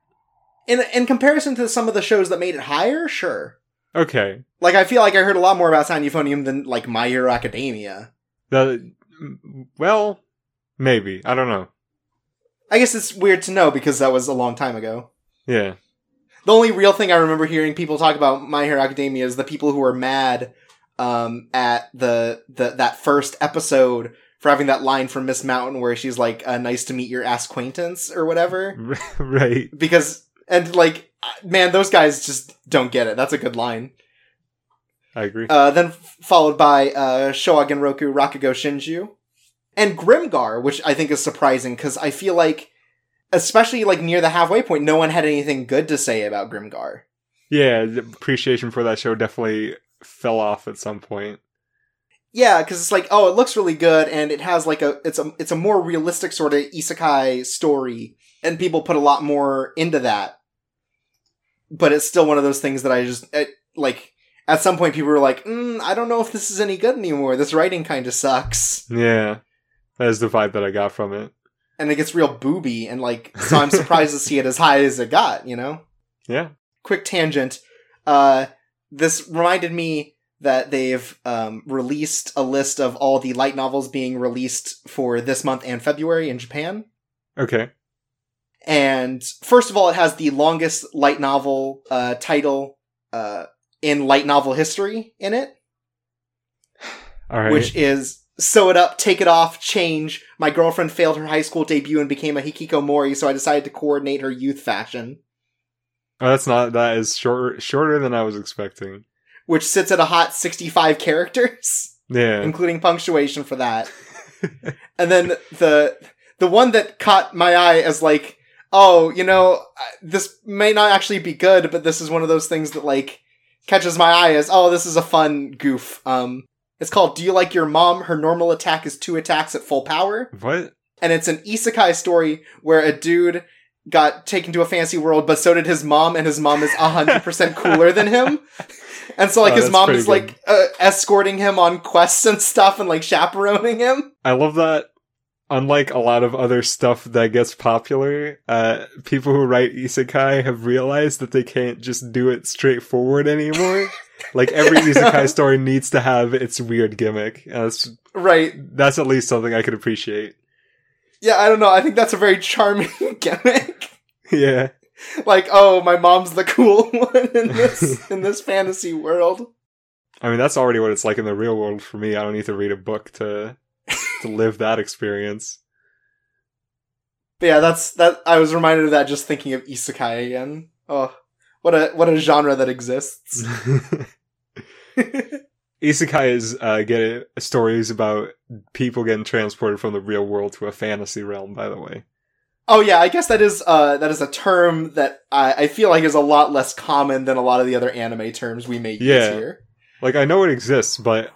S1: In in comparison to some of the shows that made it higher, sure.
S2: Okay.
S1: Like I feel like I heard a lot more about Sound Euphonium than like My Hero Academia.
S2: That m- well, maybe. I don't know.
S1: I guess it's weird to know because that was a long time ago.
S2: Yeah.
S1: The only real thing I remember hearing people talk about My Hero Academia is the people who were mad um, at the, the that first episode for having that line from Miss Mountain where she's like, uh, "Nice to meet your ass acquaintance" or whatever.
S2: right.
S1: Because and like, uh, man, those guys just don't get it. That's a good line.
S2: I agree.
S1: Uh, then f- followed by uh, Shoagenroku Rakugo Shinju and Grimgar, which I think is surprising because I feel like, especially like near the halfway point, no one had anything good to say about Grimgar.
S2: yeah, the appreciation for that show definitely fell off at some point.
S1: Yeah, because it's like, oh, it looks really good, and it has like a it's a it's a more realistic sort of isekai story, and people put a lot more into that. But it's still one of those things that I just it, like. At some point, people were like, mm, "I don't know if this is any good anymore. This writing kind of sucks,"
S2: Yeah. That is the vibe that I got from it.
S1: and it gets real booby, and like, so I'm surprised to see it as high as it got. You know.
S2: Yeah.
S1: quick tangent. Uh, this reminded me that they've um, released a list of all the light novels being released for this month and February in Japan.
S2: Okay.
S1: And first of all, it has the longest light novel uh, title uh, in light novel history in it,
S2: All right.
S1: which is Sew It Up, Take It Off, Change. My girlfriend failed her high school debut and became a Hikikomori, so I decided to coordinate her youth fashion.
S2: oh, that's not that is shorter shorter than I was expecting.
S1: Which sits at a hot 65 characters.
S2: Yeah.
S1: including punctuation for that. and then the the one that caught my eye as like, oh, you know, I- this may not actually be good, but this is one of those things that like catches my eye as oh, this is a fun goof. Um, it's called "Do You Like Your Mom?" Her normal attack is two attacks at full power
S2: What?
S1: and it's an isekai story where a dude got taken to a fancy world, but so did his mom, and his mom is hundred percent cooler than him. And so, like,
S2: Oh,
S1: his
S2: that's
S1: mom
S2: pretty
S1: is like uh, escorting him on quests and stuff, and like chaperoning him.
S2: I love that. Unlike a lot of other stuff that gets popular, uh, people who write isekai have realized that they can't just do it straightforward anymore. like every isekai story needs to have its weird gimmick. And That's
S1: Right?
S2: that's at least something I could appreciate.
S1: Yeah, I don't know. I think that's a very charming gimmick.
S2: Yeah,
S1: like, oh, my mom's the cool one in this in this fantasy world.
S2: I mean that's already what it's like in the real world for me. I don't need to read a book to to live that experience.
S1: But yeah, that's that. I was reminded of that just thinking of isekai again. Oh, what a what a genre that exists.
S2: Isekai is uh, get stories about people getting transported from the real world to a fantasy realm. By the way,
S1: Oh yeah, I guess that is uh that is a term that I, I feel like is a lot less common than a lot of the other anime terms we may use
S2: Yeah.
S1: here.
S2: like I know it exists, but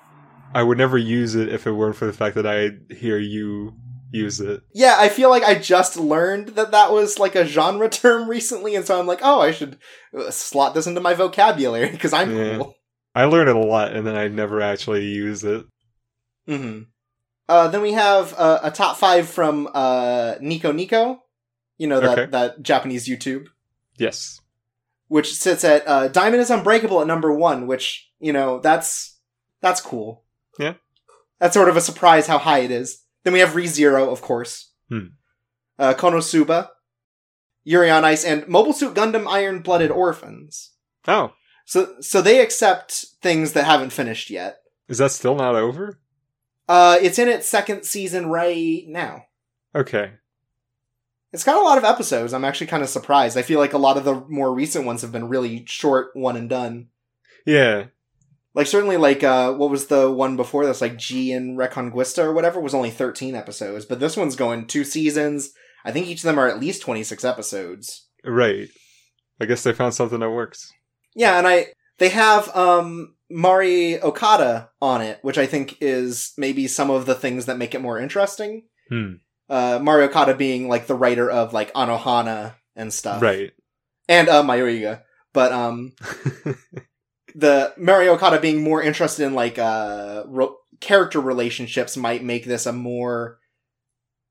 S2: I would never use it if it weren't for the fact that I hear you use it.
S1: Yeah, I feel like I just learned that that was like a genre term recently, and so I'm like, oh, I should uh, slot this into my vocabulary because I'm
S2: Yeah.
S1: cool.
S2: I learn it a lot, and then I never actually use it.
S1: Mm-hmm. Uh, then we have uh, a top five from uh, Nico Nico, you know that
S2: Okay.
S1: that Japanese YouTube.
S2: Yes,
S1: which sits at uh, Diamond is Unbreakable at number one, which you know that's that's cool.
S2: Yeah.
S1: that's sort of a surprise how high it is. Then we have ReZero, of course,
S2: Hmm.
S1: uh, Konosuba, Yuri on Ice, and Mobile Suit Gundam Iron Blooded Orphans.
S2: Oh,
S1: So so they accept things that haven't finished yet.
S2: is that still not over?
S1: Uh, it's in its second season right now.
S2: Okay.
S1: It's got a lot of episodes. I'm actually kind of surprised. I feel like a lot of the more recent ones have been really short, one and done.
S2: Yeah.
S1: Like certainly, like uh, what was the one before this? Like G and Reconquista or whatever was only 13 episodes, but this one's going two seasons. I think each of them are at least 26 episodes.
S2: Right. I guess they found something that works.
S1: Yeah, and I they have um Mari Okada on it, which I think is maybe some of the things that make it more interesting.
S2: Hmm.
S1: Uh, Mari Okada being like the writer of like Anohana and stuff,
S2: Right.
S1: And uh, Mayuriga, but um, the Mari Okada being more interested in like uh re- character relationships might make this a more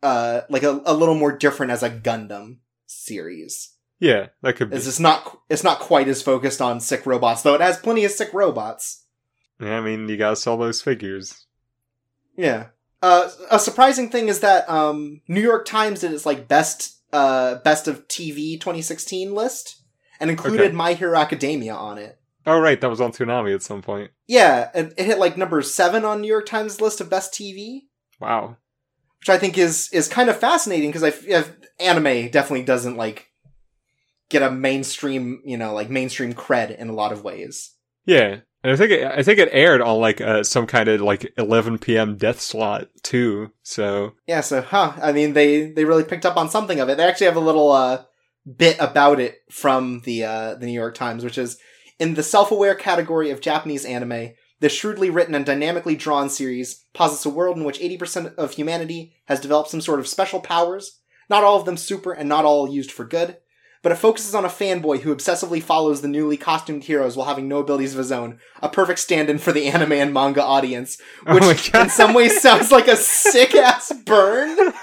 S1: uh like a, a little more different as a Gundam series.
S2: yeah, that could be.
S1: It's just not qu- it's not quite as focused on sick robots though. It has plenty of sick robots.
S2: Yeah, I mean, you gotta sell those figures.
S1: Yeah. Uh, a surprising thing is that um, New York Times did its like best uh, best of TV 2016 list and included
S2: Okay.
S1: My Hero Academia on it.
S2: Oh, right, that was on Toonami at some point.
S1: Yeah, it, it hit like number seven on New York Times list of best TV,
S2: Wow.
S1: which I think is is kind of fascinating because I f- if anime definitely doesn't like get a mainstream you know like mainstream cred in a lot of ways.
S2: Yeah, and I think it, I think it aired on like uh, some kind of like 11 p.m. death slot too. So
S1: Yeah, so huh, I mean they they really picked up on something of it. They actually have a little uh bit about it from the uh the New York Times, which is in the self-aware category of Japanese anime, this shrewdly written and dynamically drawn series posits a world in which 80% of humanity has developed some sort of special powers, not all of them super and not all used for good. But it focuses on a fanboy who obsessively follows the newly costumed heroes while having no abilities of his own, a perfect stand-in for the anime and manga audience
S2: oh my
S1: which in
S2: god,
S1: some ways sounds like a sick ass burn.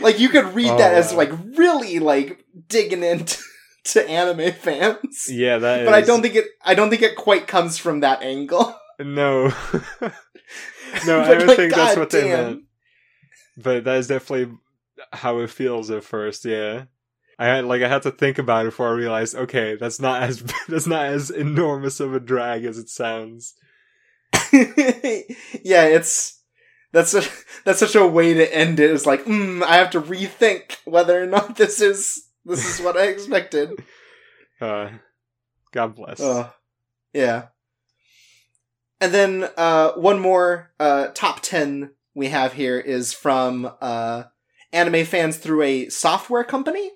S1: like you could read that
S2: Oh,
S1: as
S2: wow.
S1: like really like digging into to anime fans.
S2: yeah, that is.
S1: But I don't think it. I don't think it quite comes from that angle.
S2: no, no, I
S1: But,
S2: don't
S1: like,
S2: think that's what they
S1: goddamn.
S2: meant. But that is definitely how it feels at first. Yeah, I had like I had to think about it before I realized. Okay, that's not as that's not as enormous of a drag as it sounds.
S1: yeah, it's that's a, that's such a way to end it. It's like, mm, I have to rethink whether or not this is this is what I expected.
S2: Uh, God bless.
S1: Ugh. yeah. And then uh, one more uh, top 10 we have here is from uh, anime fans through a software company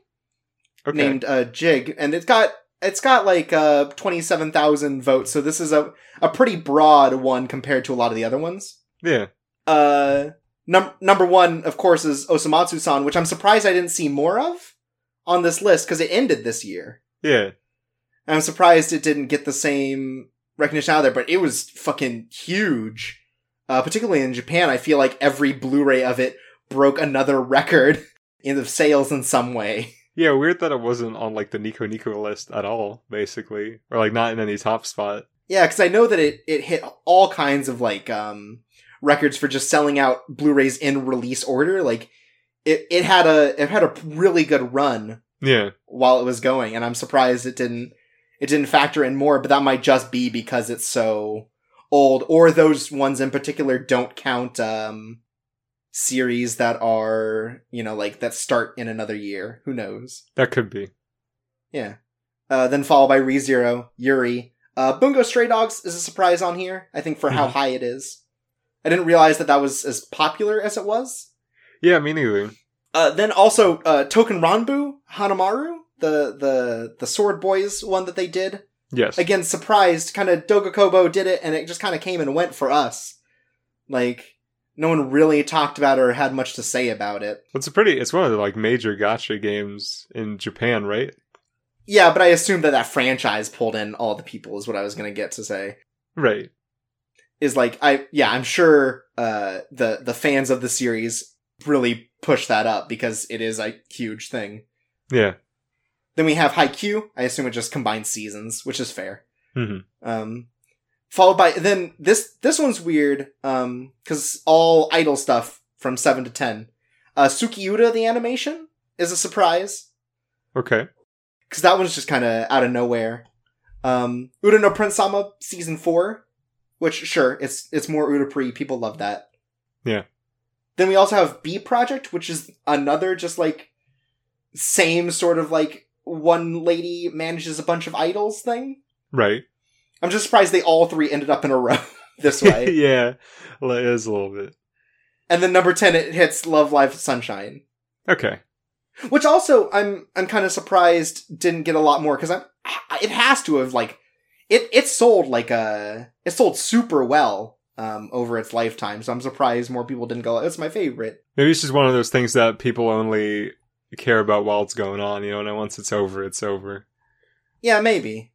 S2: okay.
S1: named uh, Jig, and it's got it's got like uh, 27,000 votes, so this is a, a pretty broad one compared to a lot of the other ones.
S2: yeah.
S1: Uh, num- number one, of course, is Osamatsu-san, which I'm surprised I didn't see more of on this list because it ended this year.
S2: Yeah.
S1: And I'm surprised it didn't get the same recognition out of there, but it was fucking huge. Uh, particularly in Japan, I feel like every Blu-ray of it broke another record in the sales in some way.
S2: Yeah, weird that it wasn't on like the Nico Nico list at all, basically, or like not in any top spot.
S1: Yeah, because I know that it, it hit all kinds of like um, records for just selling out Blu-rays in release order. Like it, it had a it had a really good run
S2: Yeah,
S1: while it was going, and I'm surprised it didn't it didn't factor in more, but that might just be because it's so old, or those ones in particular don't count um series that are, you know, like that start in another year. Who knows?
S2: that could be.
S1: Yeah. Uh, then followed by ReZero, Yuri. Uh, Bungo Stray Dogs is a surprise on here, I think, for how
S2: Mhm.
S1: high it is. I didn't realize that that was as popular as it was.
S2: Yeah, me neither.
S1: Uh, then also uh, Token Ranbu Hanamaru, the the the Sword Boys one that they did.
S2: Yes.
S1: Again, surprised, kind of Dogakobo did it, and it just kind of came and went for us. Like no one really talked about it or had much to say about it.
S2: It's a pretty. It's one of the like major gotcha games in Japan, right?
S1: Yeah, but I assumed that that franchise pulled in all the people is what I was gonna get to say.
S2: Right.
S1: Is like I yeah I'm sure uh, the the fans of the series really push that up because it is a huge thing.
S2: Yeah.
S1: Then we have Haikyuu. I assume it just combines seasons, which is fair.
S2: Mhm.
S1: Um, followed by then this this one's weird um because all idol stuff from seven to ten. Uh, Sukiuda the animation is a surprise
S2: Okay.
S1: because that one's just kind of out of nowhere. Um, Uda no Prince Sama season four, which sure it's it's more Udapri. People love that.
S2: Yeah.
S1: Then we also have B Project, which is another just like same sort of like one lady manages a bunch of idols thing.
S2: Right.
S1: I'm just surprised they all three ended up in a row this way.
S2: yeah. Well, it is a little bit.
S1: and then number 10 it hits Love Live Sunshine,
S2: Okay.
S1: which also I'm I'm kind of surprised didn't get a lot more cuz I'm it has to have like it it sold like a it sold super well um over its lifetime. So I'm surprised more people didn't go it's my favorite.
S2: Maybe it's just one of those things that people only care about while it's going on, you know, and then once it's over, it's over.
S1: Yeah, maybe.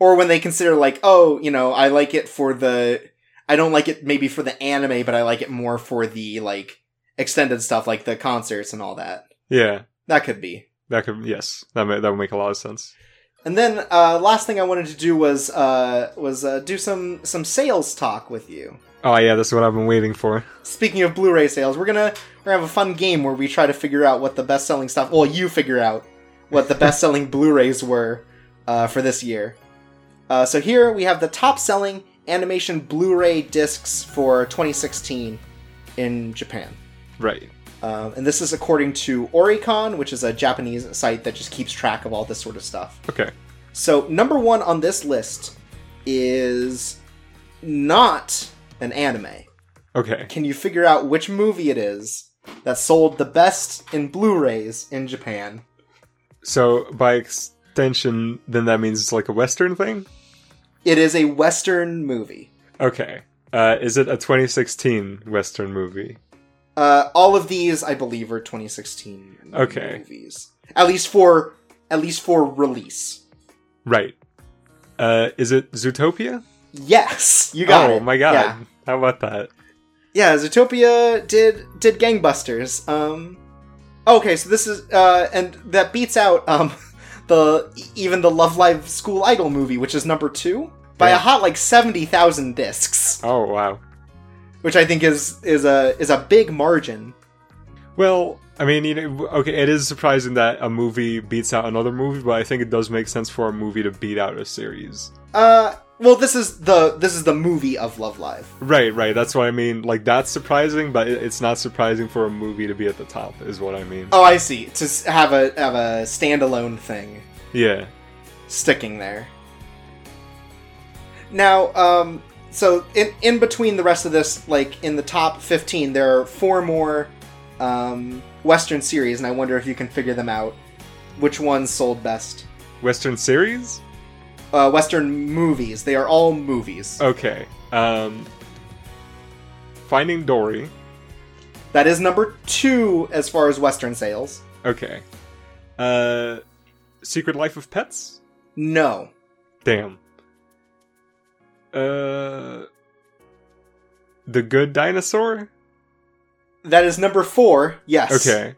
S1: Or when they consider like, oh, you know, I like it for the I don't like it maybe for the anime, but I like it more for the like extended stuff like the concerts and all that.
S2: Yeah.
S1: That could be.
S2: That could yes. That may, that would make a lot of sense.
S1: And then uh, last thing I wanted to do was uh, was uh, do some some sales talk with you.
S2: Oh yeah, that's what I've been waiting for.
S1: Speaking of Blu-ray sales, we're gonna we're gonna have a fun game where we try to figure out what the best-selling stuff. Well, you figure out what the best-selling Blu-rays were uh, for this year. Uh, so here we have the top-selling animation Blu-ray discs for 2016 in Japan.
S2: Right.
S1: Um, and this is according to Oricon, which is a Japanese site that just keeps track of all this sort of stuff.
S2: Okay.
S1: So number one on this list is not an anime.
S2: Okay.
S1: Can you figure out which movie it is that sold the best in Blu-rays in Japan?
S2: So by extension, then that means it's like a western thing.
S1: It is a Western movie.
S2: Okay. Uh, is it a 2016 western movie?
S1: Uh, all of these, I believe, are 2016
S2: Okay.
S1: movies. At least for at least for release.
S2: Right. Uh, is it Zootopia?
S1: Yes, you got
S2: oh
S1: it.
S2: my god!
S1: Yeah.
S2: How about that?
S1: yeah zootopia did did gangbusters um okay so this is uh and that beats out um the even the love live school idol movie which is number two by
S2: Yeah.
S1: a hot like 70000 discs
S2: Oh wow.
S1: which i think is is a is a big margin
S2: Well, I mean, you know, okay, it is surprising that a movie beats out another movie, but I think it does make sense for a movie to beat out a series.
S1: uh well this is the this is the movie of love live
S2: Right, right. That's what I mean. Like that's surprising, but it- it's not surprising for a movie to be at the top, is what I mean.
S1: oh i see to s- have a have a standalone thing
S2: Yeah.
S1: sticking there. Now, um, so in, in between the rest of this, like in the top 15, there are four more um, Western series, and I wonder if you can figure them out. Which ones sold best?
S2: Western series?
S1: Uh, Western movies. They are all movies.
S2: Okay. Um Finding Dory.
S1: That is number two as far as Western sales.
S2: Okay. Uh Secret Life of Pets?
S1: No.
S2: Damn. Uh The Good Dinosaur?
S1: That is number four. Yes.
S2: Okay.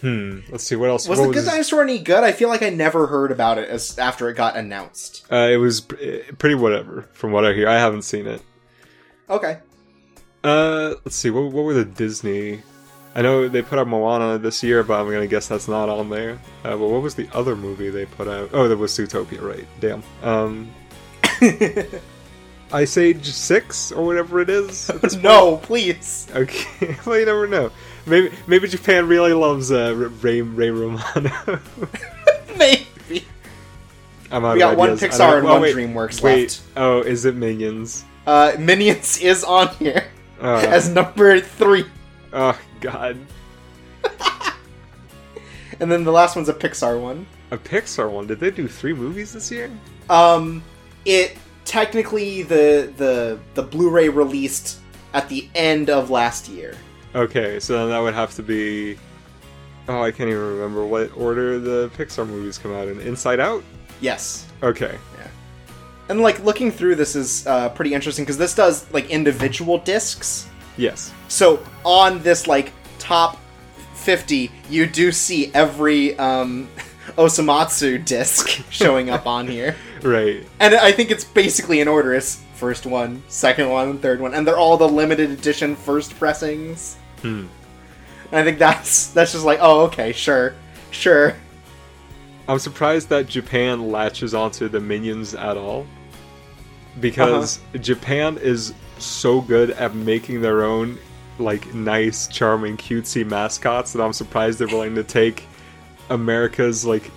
S2: Hmm. Let's see what else.
S1: Was
S2: what
S1: the Good Dinosaur any good? I feel like I never heard about it as after it got announced.
S2: uh, it was pr- pretty whatever, from what I hear. I haven't seen it.
S1: Okay.
S2: Uh, let's see. What, what were the Disney? I know they put out Moana this year, but I'm gonna guess that's not on there. Uh, but what was the other movie they put out? Oh, that was Zootopia, right? Damn. Um, Ice Age Six or whatever it is.
S1: no, please.
S2: Okay, well you never know. Maybe maybe Japan really loves uh, R- Ray Ray Romano.
S1: Maybe.
S2: I'm out
S1: We
S2: of
S1: got one
S2: ideas. I don't-
S1: Pixar and
S2: oh,
S1: one
S2: wait,
S1: DreamWorks
S2: Wait,
S1: left.
S2: oh, is it Minions?
S1: Uh, Minions is on here
S2: Uh,
S1: as number three.
S2: oh God,
S1: And then the last one's a Pixar one.
S2: a Pixar one. Did they do three movies this year?
S1: Um, it technically the the the Blu-ray released at the end of last year.
S2: Okay, so then that would have to be. Oh, I can't even remember what order the Pixar movies come out in. Inside Out.
S1: Yes.
S2: Okay.
S1: And like looking through this is uh, pretty interesting because this does like individual discs.
S2: Yes.
S1: So on this like top fifty, you do see every um, Osamatsu disc showing up on here.
S2: Right.
S1: And I think it's basically in order. It's first one, second one, and third one, and they're all the limited edition first pressings.
S2: Hmm.
S1: And I think that's that's just like, oh, okay, sure, sure.
S2: I'm surprised that Japan latches onto the minions at all. Because Japan is so good at making their own like nice, charming, cutesy mascots that I'm surprised they're willing to take America's like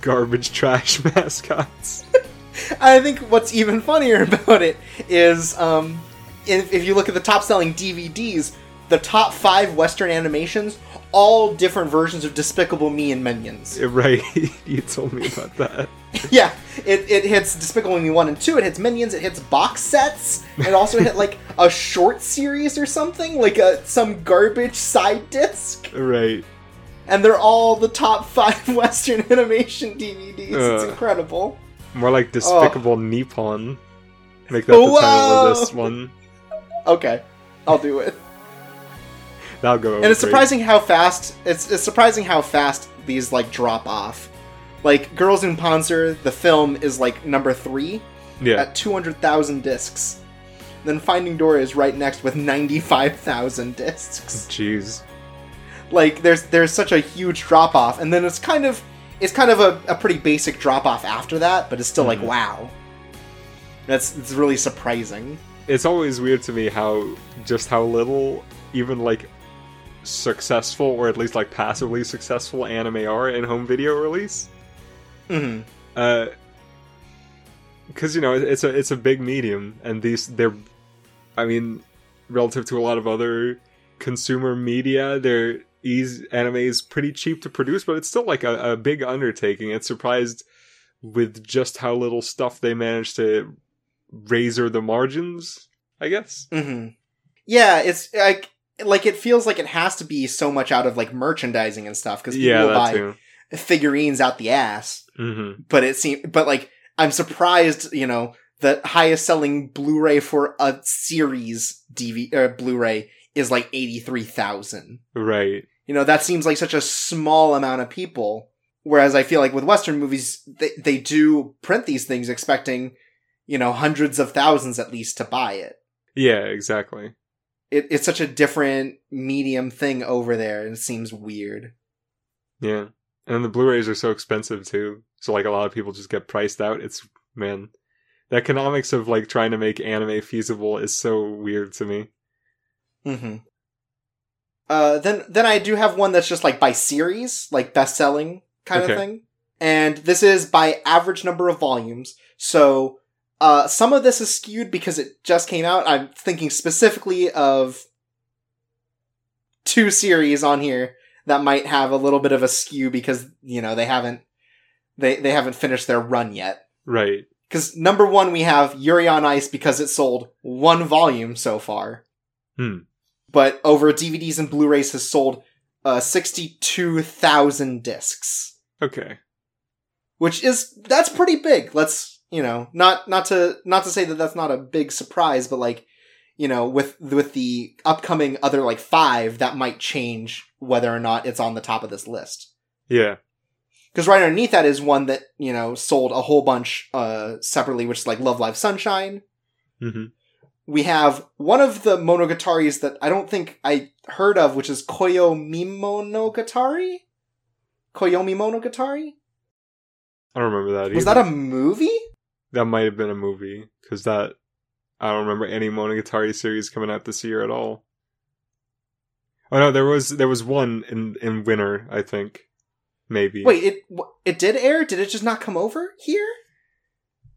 S2: garbage trash mascots.
S1: I think what's even funnier about it is um, if, if you look at the top selling DVDs, the top five Western animations, all different versions of Despicable Me and Minions.
S2: right. you told me about that.
S1: yeah, it, it hits Despicable Me 1 and 2, it hits Minions, it hits box sets, it also hit like a short series or something, like a, some garbage side disc.
S2: Right.
S1: And they're all the top five Western animation DVDs. It's
S2: Ugh.
S1: incredible.
S2: More like Despicable Nippon. Make that the
S1: Oh,
S2: title of this one.
S1: Okay, I'll do it.
S2: That'll go. over
S1: and it's
S2: great.
S1: surprising how fast it's, it's surprising how fast these like drop off like girls in panzer the film is like number three
S2: Yeah.
S1: at 200000 discs then finding dory is right next with 95000 discs
S2: Jeez.
S1: like there's there's such a huge drop off and then it's kind of it's kind of a, a pretty basic drop off after that but it's still like
S2: Mhm.
S1: wow that's it's really surprising
S2: It's always weird to me how just how little even like successful or at least like passively successful anime are in home video release.
S1: hmm
S2: because Uh, you know it's a it's a big medium, and these they're, I mean, relative to a lot of other consumer media, they're easy, anime is pretty cheap to produce, but it's still like a, a big undertaking. It's surprised with just how little stuff they managed to razor the margins. I guess.
S1: hmm Yeah, it's like like it feels like it has to be so much out of like merchandising and stuff because people
S2: Yeah,
S1: will
S2: that
S1: buy
S2: too.
S1: figurines out the ass.
S2: Mm-hmm.
S1: But it seems, but like I'm surprised, you know, the highest selling Blu-ray for a series DV or Blu-ray is like eighty three thousand.
S2: Right.
S1: You know, that seems like such a small amount of people. Whereas I feel like with Western movies, they they do print these things expecting, you know, hundreds of thousands at least to buy it.
S2: Yeah. Exactly.
S1: it, it's such a different medium thing over there and it seems weird
S2: Yeah. And the Blu-rays are so expensive too. So like a lot of people just get priced out. It's man. The economics of like trying to make anime feasible is so weird to me.
S1: mm-hmm. uh, then then i do have one that's just like by series like best selling kind
S2: Okay.
S1: of thing and this is by average number of volumes so uh, some of this is skewed because it just came out i'm thinking specifically of two series on here that might have a little bit of a skew because you know they haven't they they haven't finished their run yet
S2: Right.
S1: Because number one, we have Yuri on Ice because it sold one volume so far.
S2: Hmm.
S1: But over DVDs and Blu rays has sold uh, 62,000 discs,
S2: Okay.
S1: which is, that's pretty big. Let's, you know, not, not to, not to say that that's not a big surprise, but like, you know, with, with the upcoming other like five, that might change whether or not it's on the top of this list.
S2: Yeah.
S1: Because right underneath that is one that, you know, sold a whole bunch, uh, separately, which is like Love Live Sunshine.
S2: hmm
S1: we have one of the monogatari's that I don't think I heard of, which is Koyomi Monogatari. Koyomi Monogatari
S2: I don't remember that either.
S1: was that a movie?
S2: that might have been a movie because that I don't remember any Monogatari series coming out this year at all. Oh no, there was there was one in in winter I think, maybe.
S1: Wait, it wh- it did air. Did it just not come over here?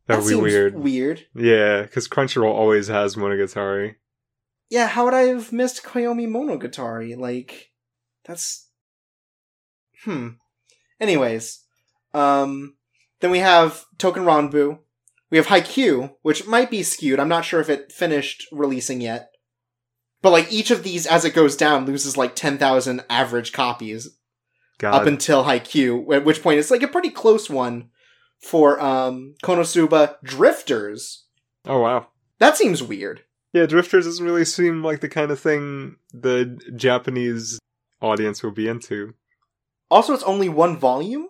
S2: that would be
S1: seems
S2: weird.
S1: Weird.
S2: Yeah, because Crunchyroll always has Monogatari.
S1: Yeah, how would I have missed Koyomi Monogatari? Like, that's. Hmm. Anyways, um, then we have Token Ranbu. We have Haikyuu, which might be skewed. I'm not sure if it finished releasing yet. But, like, each of these, as it goes down, loses like 10,000 average copies
S2: God.
S1: up until Haikyuu, at which point it's like a pretty close one for, um, Konosuba Drifters.
S2: oh wow.
S1: That seems weird.
S2: Yeah, Drifters doesn't really seem like the kind of thing the Japanese audience will be into.
S1: Also, it's only one volume.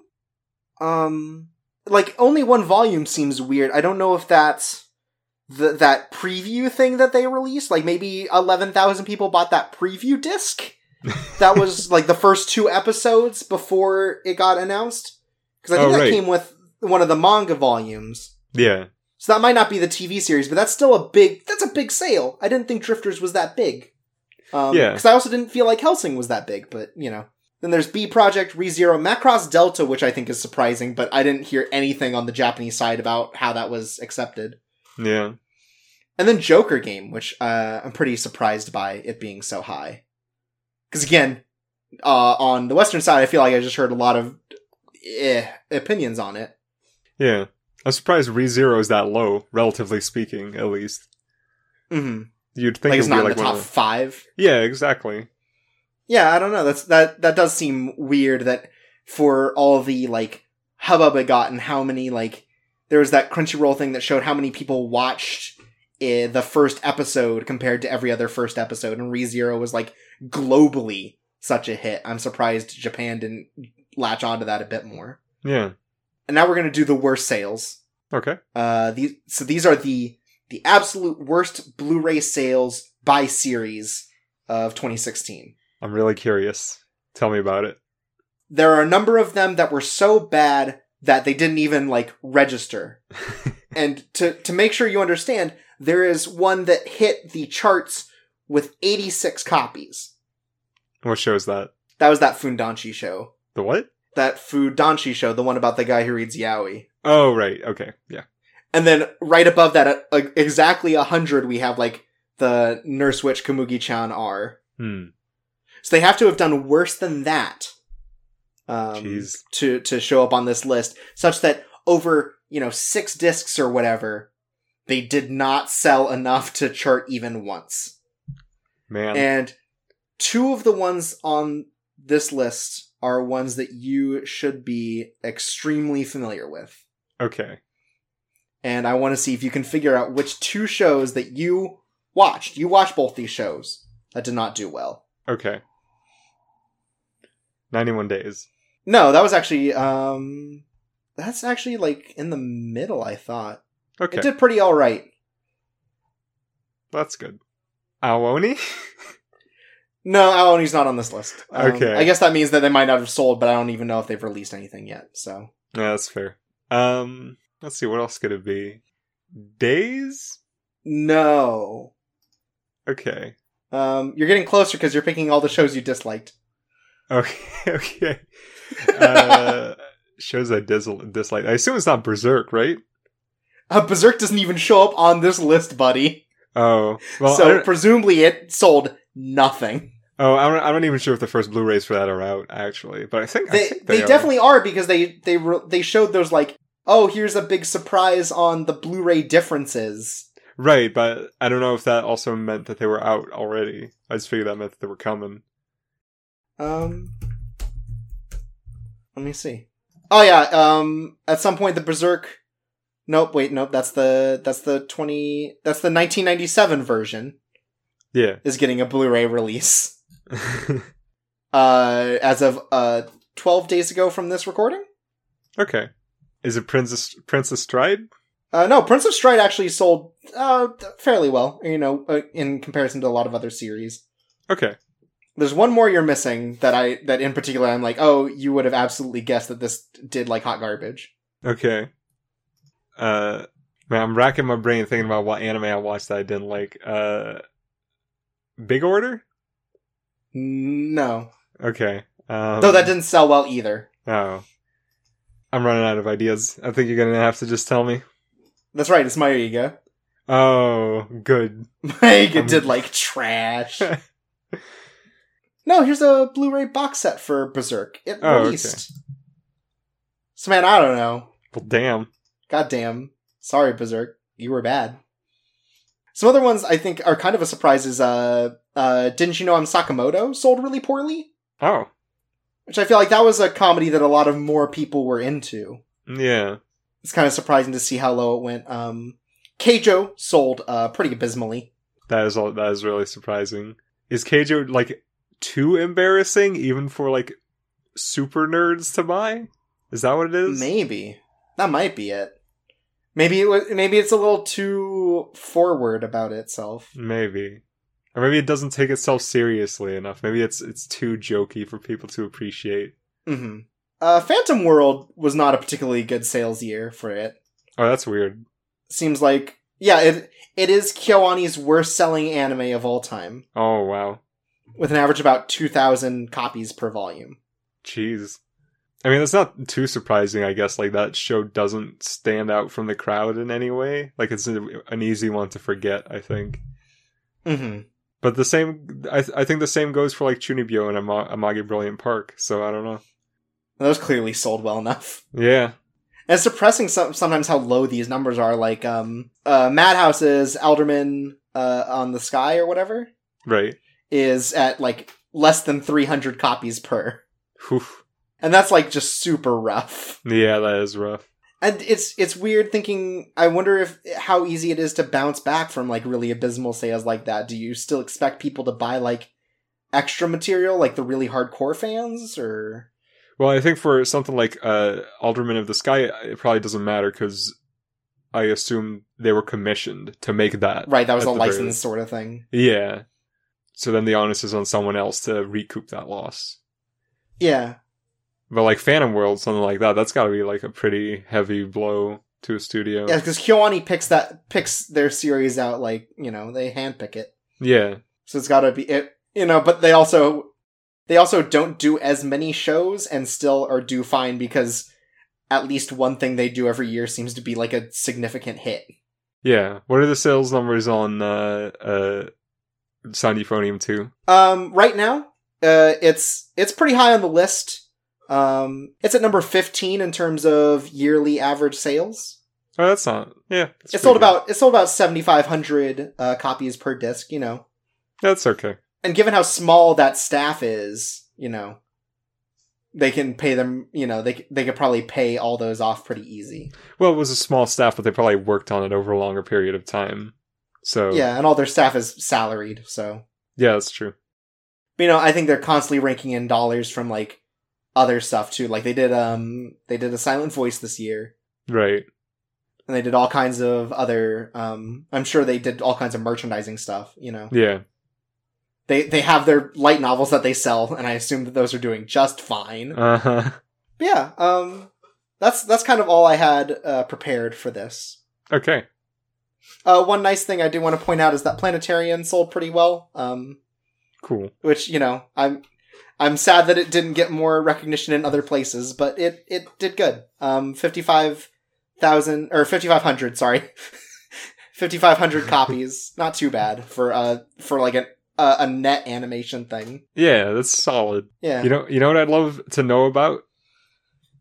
S1: Um, like only one volume seems weird. I don't know if that's the that preview thing that they released. Like maybe eleven thousand people bought that preview disc. that was like the first two episodes before it got announced. Because I think
S2: Oh,
S1: that
S2: right.
S1: came with one of the manga volumes.
S2: Yeah.
S1: So that might not be the TV series, but that's still a big that's a big sale. I didn't think Drifters was that big. Um,
S2: Yeah.
S1: Because I also didn't feel like Helsing was that big, but you know. Then there's B Project, ReZero, Macross Delta, which I think is surprising, but I didn't hear anything on the Japanese side about how that was accepted.
S2: Yeah.
S1: And then Joker game, which uh, I'm pretty surprised by it being so high. Because again, uh, on the Western side, I feel like I just heard a lot of eh, opinions on it.
S2: Yeah. I'm surprised ReZero is that low, relatively speaking, at least.
S1: hmm
S2: You'd think
S1: Like
S2: it
S1: it's
S2: would be
S1: not in
S2: like
S1: the
S2: one
S1: top
S2: of the-
S1: five.
S2: Yeah, exactly.
S1: Yeah, I don't know. That's that that does seem weird that for all the like hubbub it got and how many like there was that Crunchyroll thing that showed how many people watched eh, the first episode compared to every other first episode and ReZero was like globally such a hit. I'm surprised Japan didn't latch onto that a bit more.
S2: Yeah.
S1: And now we're going to do the worst sales.
S2: Okay.
S1: Uh these so these are the the absolute worst Blu-ray sales by series of 2016.
S2: I'm really curious. Tell me about it.
S1: there are a number of them that were so bad that they didn't even like register. and to to make sure you understand, there is one that hit the charts with 86 copies.
S2: What show is that?
S1: That was that Fundanshi show.
S2: The what?
S1: That Fudanshi show, the one about the guy who reads yaoi.
S2: Oh, right. Okay. Yeah.
S1: And then right above that, uh, uh, exactly 100, we have like the Nurse Witch Kamugi-chan R.
S2: Hmm.
S1: So they have to have done worse than that. Um,
S2: Jeez.
S1: to to show up on this list, such that over you know six discs or whatever, they did not sell enough to chart even once.
S2: Man.
S1: And two of the ones on this list are ones that you should be extremely familiar with,
S2: okay.
S1: and I want to see if you can figure out which two shows that you watched. You watched both these shows that did not do well.
S2: Okay. 91 days.
S1: No, that was actually um that's actually like in the middle, I thought.
S2: Okay.
S1: It did pretty all right.
S2: That's good. Awoni?
S1: No, Aoni's not on this list. Um,
S2: Okay.
S1: I guess that means that they might not have sold, but I don't even know if they've released anything yet. So
S2: yeah, that's fair. Um, let's see. What else could it be? Days?
S1: no.
S2: Okay.
S1: Um, you're getting closer because you're picking all the shows you disliked.
S2: Okay. okay. Uh, shows I dis- dislike. I assume it's not Berserk, right?
S1: Uh, Berserk doesn't even show up on this list, buddy.
S2: Oh, well. I
S1: so
S2: don't-
S1: presumably it sold nothing.
S2: oh, I'm not, I'm not even sure if the first Blu-rays for that are out actually, but I think I
S1: They
S2: think
S1: they,
S2: are.
S1: definitely are because they they re- they showed those like oh here's a big surprise on the Blu-ray differences.
S2: right. But I don't know if that also meant that they were out already. I just figured that meant that they were coming.
S1: Um, let me see. Oh yeah. Um, at some point the Berserk. Nope. Wait. Nope. That's the that's the twenty. That's the nineteen ninety seven version
S2: Yeah.
S1: is getting a Blu Ray release. Uh, as of uh twelve days ago from this recording.
S2: okay. Is it Princess Princess Stride?
S1: Uh, no, Prince of Stride actually sold uh fairly well. You know, uh, in comparison to a lot of other series.
S2: Okay.
S1: There's one more you're missing that I that in particular I'm like, oh, you would have absolutely guessed that this did like hot garbage.
S2: Okay. Uh, man, I'm racking my brain thinking about what anime I watched that I didn't like. Uh, Big Order.
S1: No.
S2: Okay. Um,
S1: Though that didn't sell well either.
S2: Oh, I'm running out of ideas. I think you're gonna have to just tell me.
S1: That's right, it's Myuga.
S2: Oh, good.
S1: Myuga
S2: Um.
S1: did like trash. no, here's a Blu-ray box set for Berserk. It
S2: Oh, okay.
S1: released. So man, I don't know.
S2: Well, damn.
S1: Goddamn. Sorry, Berserk. You were bad. Some other ones I think are kind of a surprise is uh uh Didn't You Know I'm Sakamoto sold really poorly?
S2: Oh,
S1: Which I feel like that was a comedy that a lot of more people were into.
S2: yeah.
S1: It's kind of surprising to see how low it went. Um Keijo sold uh pretty abysmally.
S2: That is all. That is really surprising. Is Keijo like too embarrassing even for like super nerds to buy? Is that what it is?
S1: Maybe that might be it. Maybe it was. Maybe it's a little too forward about itself.
S2: Maybe. Or maybe it doesn't take itself seriously enough. Maybe it's it's too jokey for people to appreciate.
S1: hmm Uh, Phantom World was not a particularly good sales year for it.
S2: Oh, that's weird.
S1: seems like yeah, it it is Kyoani's worst selling anime of all time,
S2: Oh wow,
S1: with an average about two thousand copies per volume.
S2: jeez. I mean, that's not too surprising, I guess. Like that show doesn't stand out from the crowd in any way. Like it's an an easy one to forget, I think.
S1: hmm
S2: But the same, I, I think the same goes for like Chunibyo and Ama- Amagi Brilliant Park. So I don't know.
S1: Those clearly sold well enough.
S2: Yeah,
S1: And it's depressing some, sometimes how low these numbers are. Like um, uh, Madhouse's Alderman uh, on the Sky or whatever
S2: right.
S1: is at like less than three hundred copies per,
S2: Whew.
S1: and that's like just super rough.
S2: Yeah, that is rough.
S1: And it's it's weird thinking. I wonder if how easy it is to bounce back from like really abysmal sales like that. Do you still expect people to buy like extra material, like the really hardcore fans, or
S2: Well, I think for something like uh, Alderman of the Sky, it probably doesn't matter because I assume they were commissioned to make that.
S1: right? That was
S2: At
S1: a
S2: the very
S1: license
S2: least.
S1: sort of thing.
S2: Yeah. So then the onus is on someone else to recoup that loss.
S1: Yeah.
S2: But like Phantom World, something like that, that's got to be like a pretty heavy blow to a studio.
S1: Yeah, because Kyoani picks that picks their series out like you know they handpick it,
S2: Yeah.
S1: so it's got to be it. You know, but they also they also don't do as many shows and still are do fine because at least one thing they do every year seems to be like a significant hit.
S2: Yeah. What are the sales numbers on uh, uh, Sandy Phonium 2?
S1: Um, right now, uh, it's it's pretty high on the list. Um, it's at number fifteen in terms of yearly average sales.
S2: Oh, that's not. Yeah. that's
S1: It sold
S2: pretty good.
S1: about it sold about seventy five hundred uh, copies per disc. You know.
S2: That's okay.
S1: and given how small that staff is, you know, they can pay them. You know, they c- they could probably pay all those off pretty easy.
S2: Well, it was a small staff, but they probably worked on it over a longer period of time. So
S1: Yeah, and all their staff is salaried, so
S2: yeah, that's true.
S1: But, you know, I think they're constantly ranking in dollars from like other stuff too. Like they did, um, they did a silent voice this year,
S2: Right.
S1: and they did all kinds of other. Um, I'm sure they did all kinds of merchandising stuff. You know,
S2: Yeah.
S1: they they have their light novels that they sell, and I assume that those are doing just fine.
S2: Uh huh.
S1: But yeah, um, that's that's kind of all I had uh, prepared for this.
S2: Okay.
S1: Uh, one nice thing I do want to point out is that Planetarian sold pretty well, um,
S2: Cool.
S1: which you know I'm I'm sad that it didn't get more recognition in other places, but it it did good. Um, fifty five thousand or fifty five hundred, sorry, fifty five hundred copies, not too bad for uh for like a a, a net animation thing.
S2: Yeah, that's solid.
S1: Yeah.
S2: You know, you know what I'd love to know about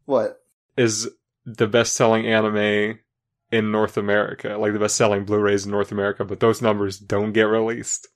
S1: what?
S2: is the best-selling anime in North America, like the best-selling Blu-rays in North America, but those numbers don't get released.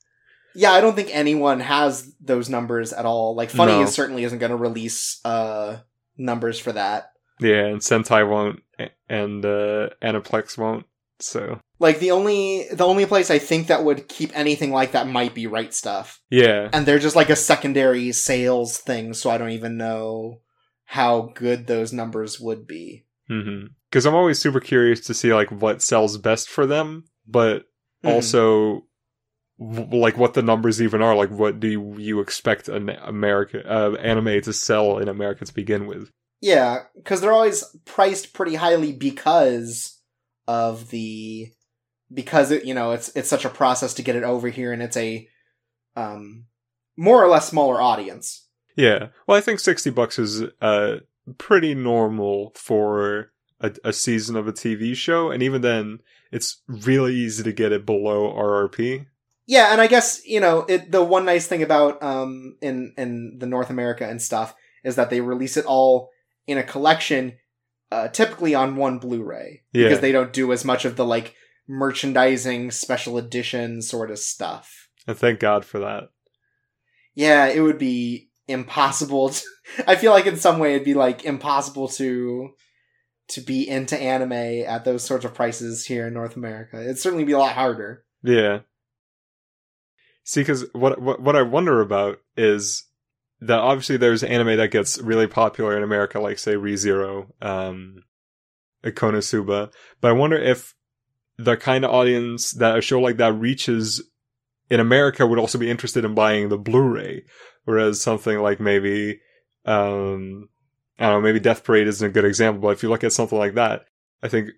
S1: Yeah, I don't think anyone has those numbers at all. Like Funny
S2: No.
S1: is certainly isn't going to release uh numbers for that.
S2: Yeah, and Sentai won't, a- and uh, Aniplex won't. So
S1: Like the only the only place I think that would keep anything like that might be Right Stuff.
S2: yeah,
S1: And they're just like a secondary sales thing, so I don't even know how good those numbers would be.
S2: because Mm-hmm. I'm always super curious to see like what sells best for them, but
S1: Hmm.
S2: Mm-hmm. also w- like what the numbers even are like what do you, you expect an america uh, anime to sell in america to begin with
S1: Yeah, because they're always priced pretty highly because of the because it you know it's it's such a process to get it over here, and it's a um more or less smaller audience.
S2: yeah well i think 60 bucks is uh pretty normal for a, a season of a tv show and even then it's really easy to get it below rrp
S1: Yeah, and I guess you know it, the one nice thing about um in in the North America and stuff is that they release it all in a collection, uh, typically on one Blu-ray
S2: Yeah.
S1: because they don't do as much of the like merchandising special edition sort of stuff.
S2: and thank god for that
S1: yeah, it would be impossible. To, I feel like in some way it'd be like impossible to to be into anime at those sorts of prices here in North America. It'd certainly be a lot harder.
S2: Yeah. See, because what, what what I wonder about is that obviously there's anime that gets really popular in America, like say ReZero, um, Konosuba, but I wonder if the kind of audience that a show like that reaches in America would also be interested in buying the Blu-ray, whereas something like maybe um, I don't know, maybe Death Parade isn't a good example, but if you look at something like that, I think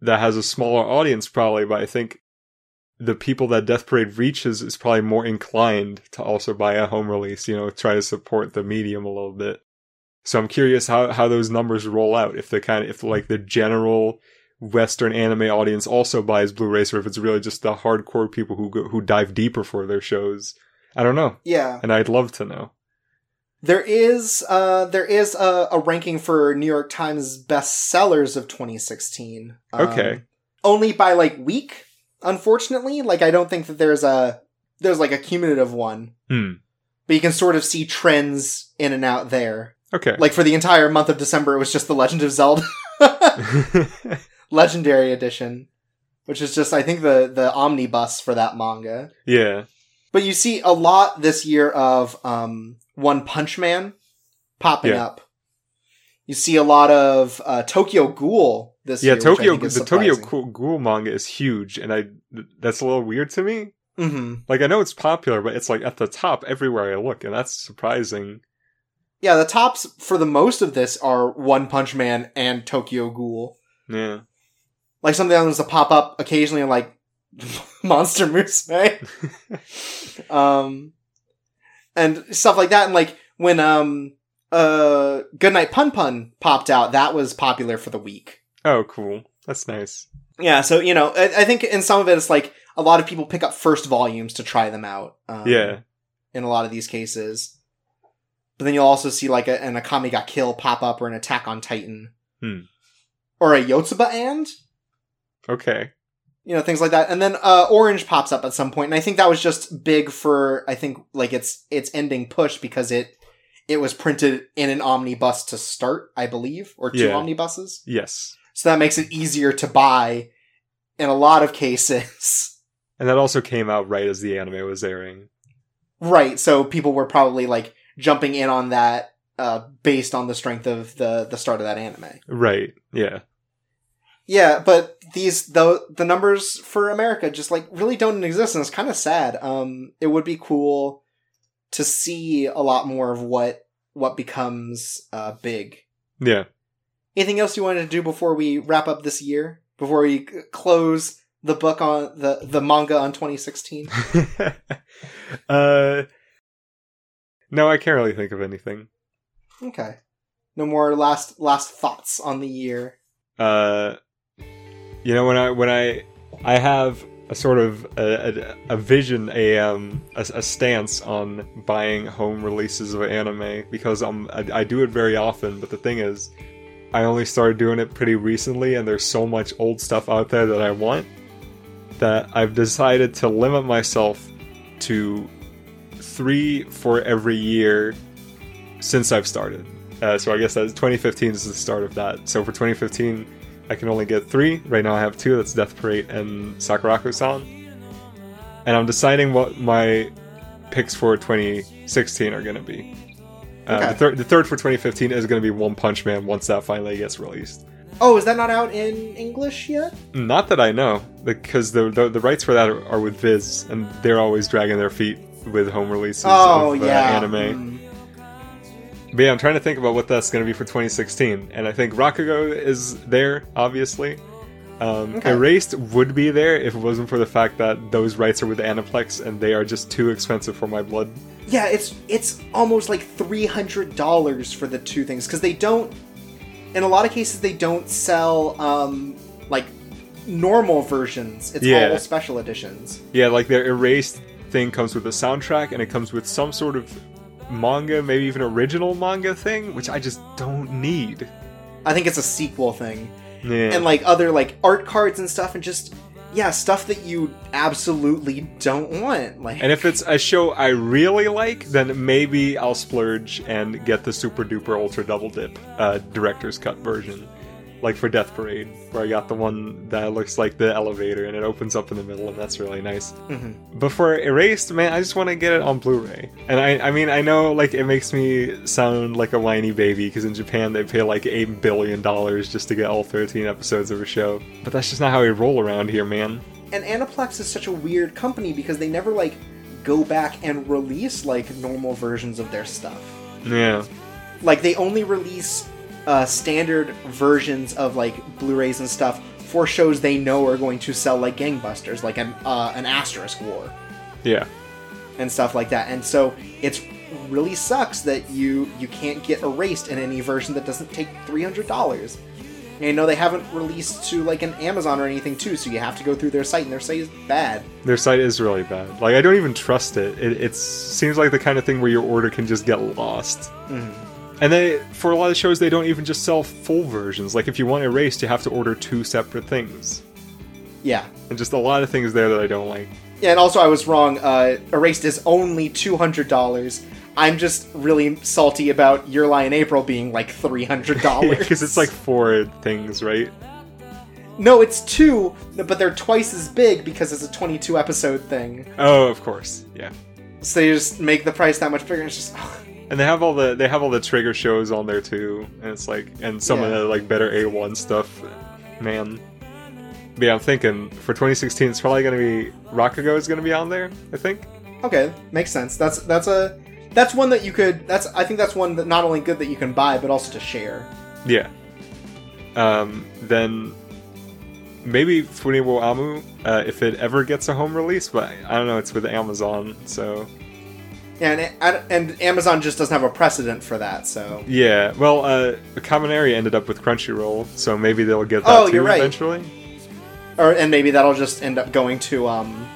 S2: that has a smaller audience probably, but I think the people that Death Parade reaches is probably more inclined to also buy a home release, you know, try to support the medium a little bit. So I'm curious how, how those numbers roll out. If the kind of, if like the general Western anime audience also buys Blu-rays, or if it's really just the hardcore people who go, who dive deeper for their shows. I don't know,
S1: Yeah,
S2: and I'd love to know.
S1: there is uh there is a, a ranking for New York Times bestsellers of 2016. um,
S2: Okay.
S1: only by like week. Unfortunately, like I don't think that there's a there's like a cumulative one,
S2: Hmm.
S1: but you can sort of see trends in and out there.
S2: Okay.
S1: Like for the entire month of December, it was just The Legend of Zelda Legendary Edition, which is just I think the the omnibus for that manga.
S2: yeah.
S1: But you see a lot this year of um, One Punch Man popping
S2: Yeah.
S1: up. You see a lot of uh, Tokyo Ghoul this
S2: Yeah,
S1: year. which I
S2: Tokyo
S1: think is
S2: the Tokyo
S1: surprising.
S2: Ghoul- Ghoul manga is huge and I th- that's a little weird to me.
S1: Mhm.
S2: Like I know it's popular, but it's like at the top everywhere I look and that's surprising.
S1: Yeah, the tops for the most of this are One Punch Man and Tokyo Ghoul.
S2: Yeah.
S1: Like some of the others that pop up occasionally, are like Monster Musume, um, and stuff like that. And like when um uh Goodnight Pun Pun popped out, that was popular for the week.
S2: Oh, cool. That's nice.
S1: Yeah, so you know, I, I think in some of it, it's like a lot of people pick up first volumes to try them out. Um,
S2: Yeah.
S1: in a lot of these cases, but then you'll also see like a, an Akami Ga Kill pop up or an Attack on Titan,
S2: Hmm.
S1: or a Yotsuba and
S2: Okay.
S1: you know things like that. And then uh, Orange pops up at some point, and I think that was just big for I think like its its ending push because it it was printed in an omnibus to start, I believe, or two
S2: Yeah.
S1: omnibuses.
S2: Yes.
S1: So that makes it easier to buy in a lot of cases.
S2: And that also came out right as the anime was airing.
S1: right, so people were probably like jumping in on that uh based on the strength of the the start of that anime.
S2: Right. Yeah.
S1: Yeah, but these the the numbers for America just like really don't exist and it's kind of sad. Um it would be cool to see a lot more of what what becomes uh big.
S2: Yeah.
S1: Anything else you wanted to do before we wrap up this year? Before we c- close the book on the the manga on 2016?
S2: uh No, I can't really think of anything.
S1: Okay. No more last last thoughts on the year.
S2: uh, you know when I when I I have a sort of a, a, a vision a um a, a stance on buying home releases of anime because I'm I, I do it very often but the thing is I only started doing it pretty recently and there's so much old stuff out there that I want that I've decided to limit myself to three for every year since I've started. Uh, so I guess that's 2015 is the start of that. So for 2015, I can only get three. Right now I have two. That's Death Parade and Sakurako-san. And I'm deciding what my picks for 2016 are going to be. Uh,
S1: Okay.
S2: the, third, the third for 2015 is going to be One Punch Man once that finally gets released.
S1: Oh, is that not out in English yet?
S2: Not that I know, because the the, the rights for that are, are with Viz, and they're always dragging their feet with home releases
S1: Oh
S2: of uh,
S1: yeah.
S2: anime.
S1: Mm.
S2: But yeah, I'm trying to think about what that's going to be for 2016, and I think Rakugo is there, obviously. Um,
S1: Okay.
S2: Erased would be there if it wasn't for the fact that those rights are with Aniplex, and they are just too expensive for my blood.
S1: Yeah, it's it's almost like three hundred dollars for the two things because they don't. In a lot of cases, they don't sell um like normal versions. It's
S2: Yeah.
S1: all special editions.
S2: Yeah, like their Erased thing comes with a soundtrack, and it comes with some sort of manga, maybe even original manga thing, which I just don't need.
S1: I think it's a sequel thing.
S2: Yeah.
S1: and like other like art cards and stuff and just yeah stuff that you absolutely don't want like
S2: And if it's a show I really like, then maybe I'll splurge and get the super duper ultra double dip uh, director's cut version, like for Death Parade, where I got the one that looks like the elevator and it opens up in the middle, and that's really nice.
S1: Mhm.
S2: But for Erased, man, I just want to get it on Blu-ray. And I, I mean, I know like it makes me sound like a whiny baby because in Japan they pay like eight billion dollars just to get all thirteen episodes of a show, but that's just not how we roll around here, man.
S1: and anaplex is such a weird company because they never like go back and release like normal versions of their stuff
S2: Yeah.
S1: like they only release uh standard versions of like blu-rays and stuff for shows they know are going to sell like gangbusters, like an uh, an asterisk war
S2: Yeah.
S1: and stuff like that. And so it's really sucks that you you can't get erased in any version that doesn't take three hundred dollars. And you know they haven't released to like an Amazon or anything too, so you have to go through their site, and their site is bad.
S2: Their site is really bad. Like I don't even trust it. It it's, seems like the kind of thing where your order can just get lost. And they, for a lot of shows, they don't even just sell full versions. Like if you want erased, you have to order two separate things,
S1: Yeah,
S2: and just a lot of things there that I don't like.
S1: Yeah, and also I was wrong. Uh, Erased is only two hundred dollars. I'm just really salty about Your Lie in April being like three hundred dollars
S2: Because it's like four things, right?
S1: no, it's two, but they're twice as big because it's a twenty-two episode thing.
S2: Oh, of course, yeah.
S1: So they just make the price that much bigger. And it's just
S2: And they have all the they have all the trigger shows on there too, and it's like and some of
S1: Yeah.
S2: the like better A one stuff, man. But yeah, I'm thinking for 2016, it's probably gonna be Rakugo is gonna be on there. I think.
S1: okay, makes sense. That's that's a that's one that you could. That's I think that's one that not only good that you can buy, but also to share.
S2: Yeah. Um, then maybe Fune wo Amu, uh, if it ever gets a home release, but I don't know, it's with Amazon, so
S1: And it- I- and Amazon just doesn't have a precedent for that. So
S2: yeah. Well, uh, Kaminari ended up with Crunchyroll, so maybe they'll get that
S1: Oh,
S2: too
S1: you're right.
S2: eventually.
S1: or and maybe that'll just end up going to um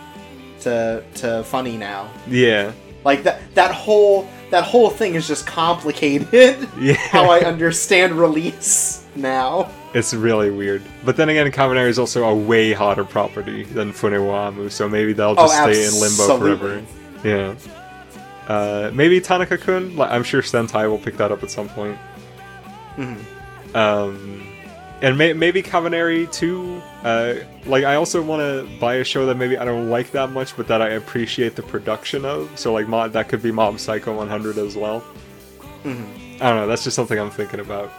S1: to to funny now.
S2: Yeah,
S1: Like that that whole that whole thing is just complicated.
S2: Yeah.
S1: How I understand release now.
S2: it's really weird. But then again, Kaminari is also a way hotter property than Fune wo Amu, so maybe they'll
S1: Oh,
S2: just stay in limbo
S1: absolutely.
S2: forever. Yeah. Uh, maybe Tanaka-kun. Like, I'm sure Sentai will pick that up at some point.
S1: Mm-hmm.
S2: um, and may- maybe Cavaneri too. Uh, like I also want to buy a show that maybe I don't like that much, but that I appreciate the production of. So like Mo- that could be Mob Psycho 100 as well.
S1: Mm-hmm.
S2: I don't know. That's just something I'm thinking about.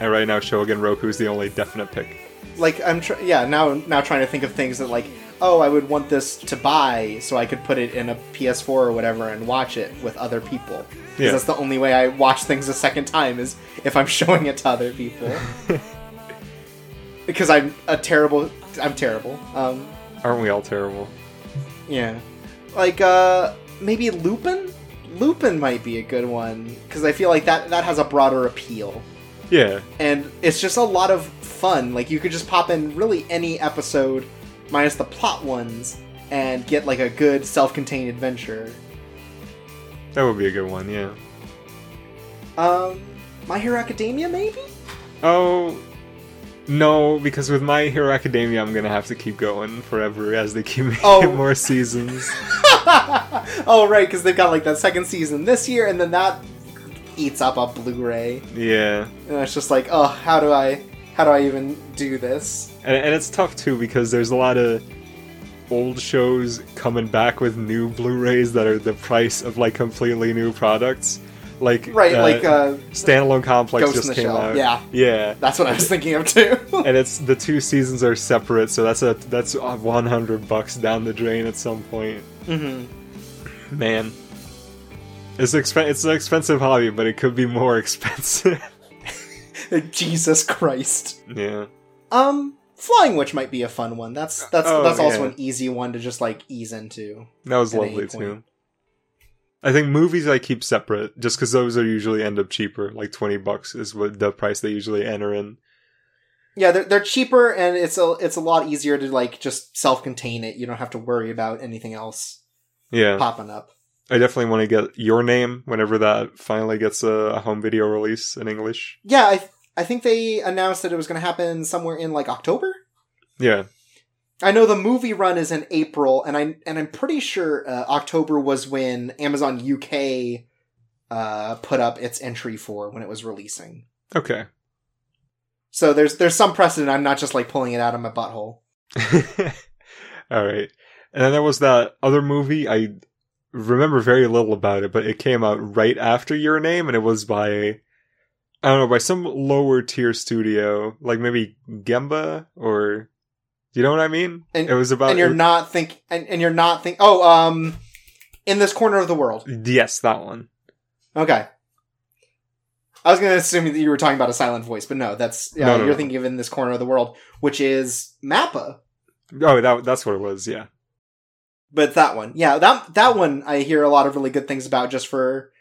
S2: And right now, Shogun Roku is the only definite pick.
S1: Like I'm tr- yeah now now trying to think of things that like oh I would want this to buy so I could put it in a PS4 or whatever and watch it with other people. 'Cause
S2: Yeah.
S1: that's the only way I watch things a second time is if I'm showing it to other people. because I'm a terrible I'm terrible. Um,
S2: Aren't we all terrible?
S1: Yeah. Like uh maybe Lupin? Lupin might be a good one cuz I feel like that that has a broader appeal.
S2: Yeah,
S1: And it's just a lot of fun. Like you could just pop in really any episode minus the plot ones and get like a good self-contained adventure.
S2: that would be a good one. Yeah.
S1: Um My Hero Academia maybe?
S2: Oh. No, because with My Hero Academia, I'm gonna have to keep going forever as they keep making
S1: Oh.
S2: more seasons.
S1: oh right, cuz they've got like that second season this year and then that eats up a Blu-ray.
S2: Yeah.
S1: And it's just like, "Oh, how do I how do I even do this?"
S2: And, and it's tough too because there's a lot of old shows coming back with new Blu-rays that are the price of like completely new products. Like
S1: Right, like uh
S2: standalone complex
S1: Ghost in
S2: just
S1: the
S2: came
S1: Shell,
S2: out.
S1: yeah.
S2: yeah.
S1: That's what I was thinking of too.
S2: And it's the two seasons are separate, so that's a that's a 100 bucks down the drain at some point. Mm-hmm. Man, it's expen- it's an expensive hobby, but it could be more expensive.
S1: Jesus Christ.
S2: yeah.
S1: Um, Flying Witch might be a fun one. That's that's
S2: Oh,
S1: that's also
S2: yeah.
S1: an easy one to just like ease into.
S2: That was
S1: at any
S2: lovely
S1: point.
S2: too. I think movies I keep separate just because those are usually end up cheaper. Like twenty bucks is what the price they usually enter in.
S1: Yeah, they're, they're cheaper and it's a it's a lot easier to like just self contain it. You don't have to worry about anything else
S2: Yeah,
S1: popping up.
S2: I definitely want to get your name whenever that finally gets a, a home video release in English.
S1: Yeah, I I think they announced that it was going to happen somewhere in like October.
S2: Yeah,
S1: I know the movie run is in April, and I and I'm pretty sure uh, October was when Amazon UK uh, put up its entry for when it was releasing.
S2: okay.
S1: So there's there's some precedent. I'm not just like pulling it out of my butthole.
S2: All right, and then there was that other movie I remember very little about it, but it came out right after Your Name, and it was by I don't know by some lower tier studio, like maybe Gemba or you know what I mean.
S1: And-
S2: Uh, it was about
S1: and you're not think and, and you're not think. Oh, um, in this corner of the world.
S2: yes that one.
S1: Okay. I was going to assume that you were talking about a silent voice, but no, that's uh,
S2: No, no,
S1: you're
S2: no.
S1: thinking of in this corner of the world, which is Mappa.
S2: Oh, that that's what it was. Yeah.
S1: But that one, yeah, that that one I hear a lot of really good things about just for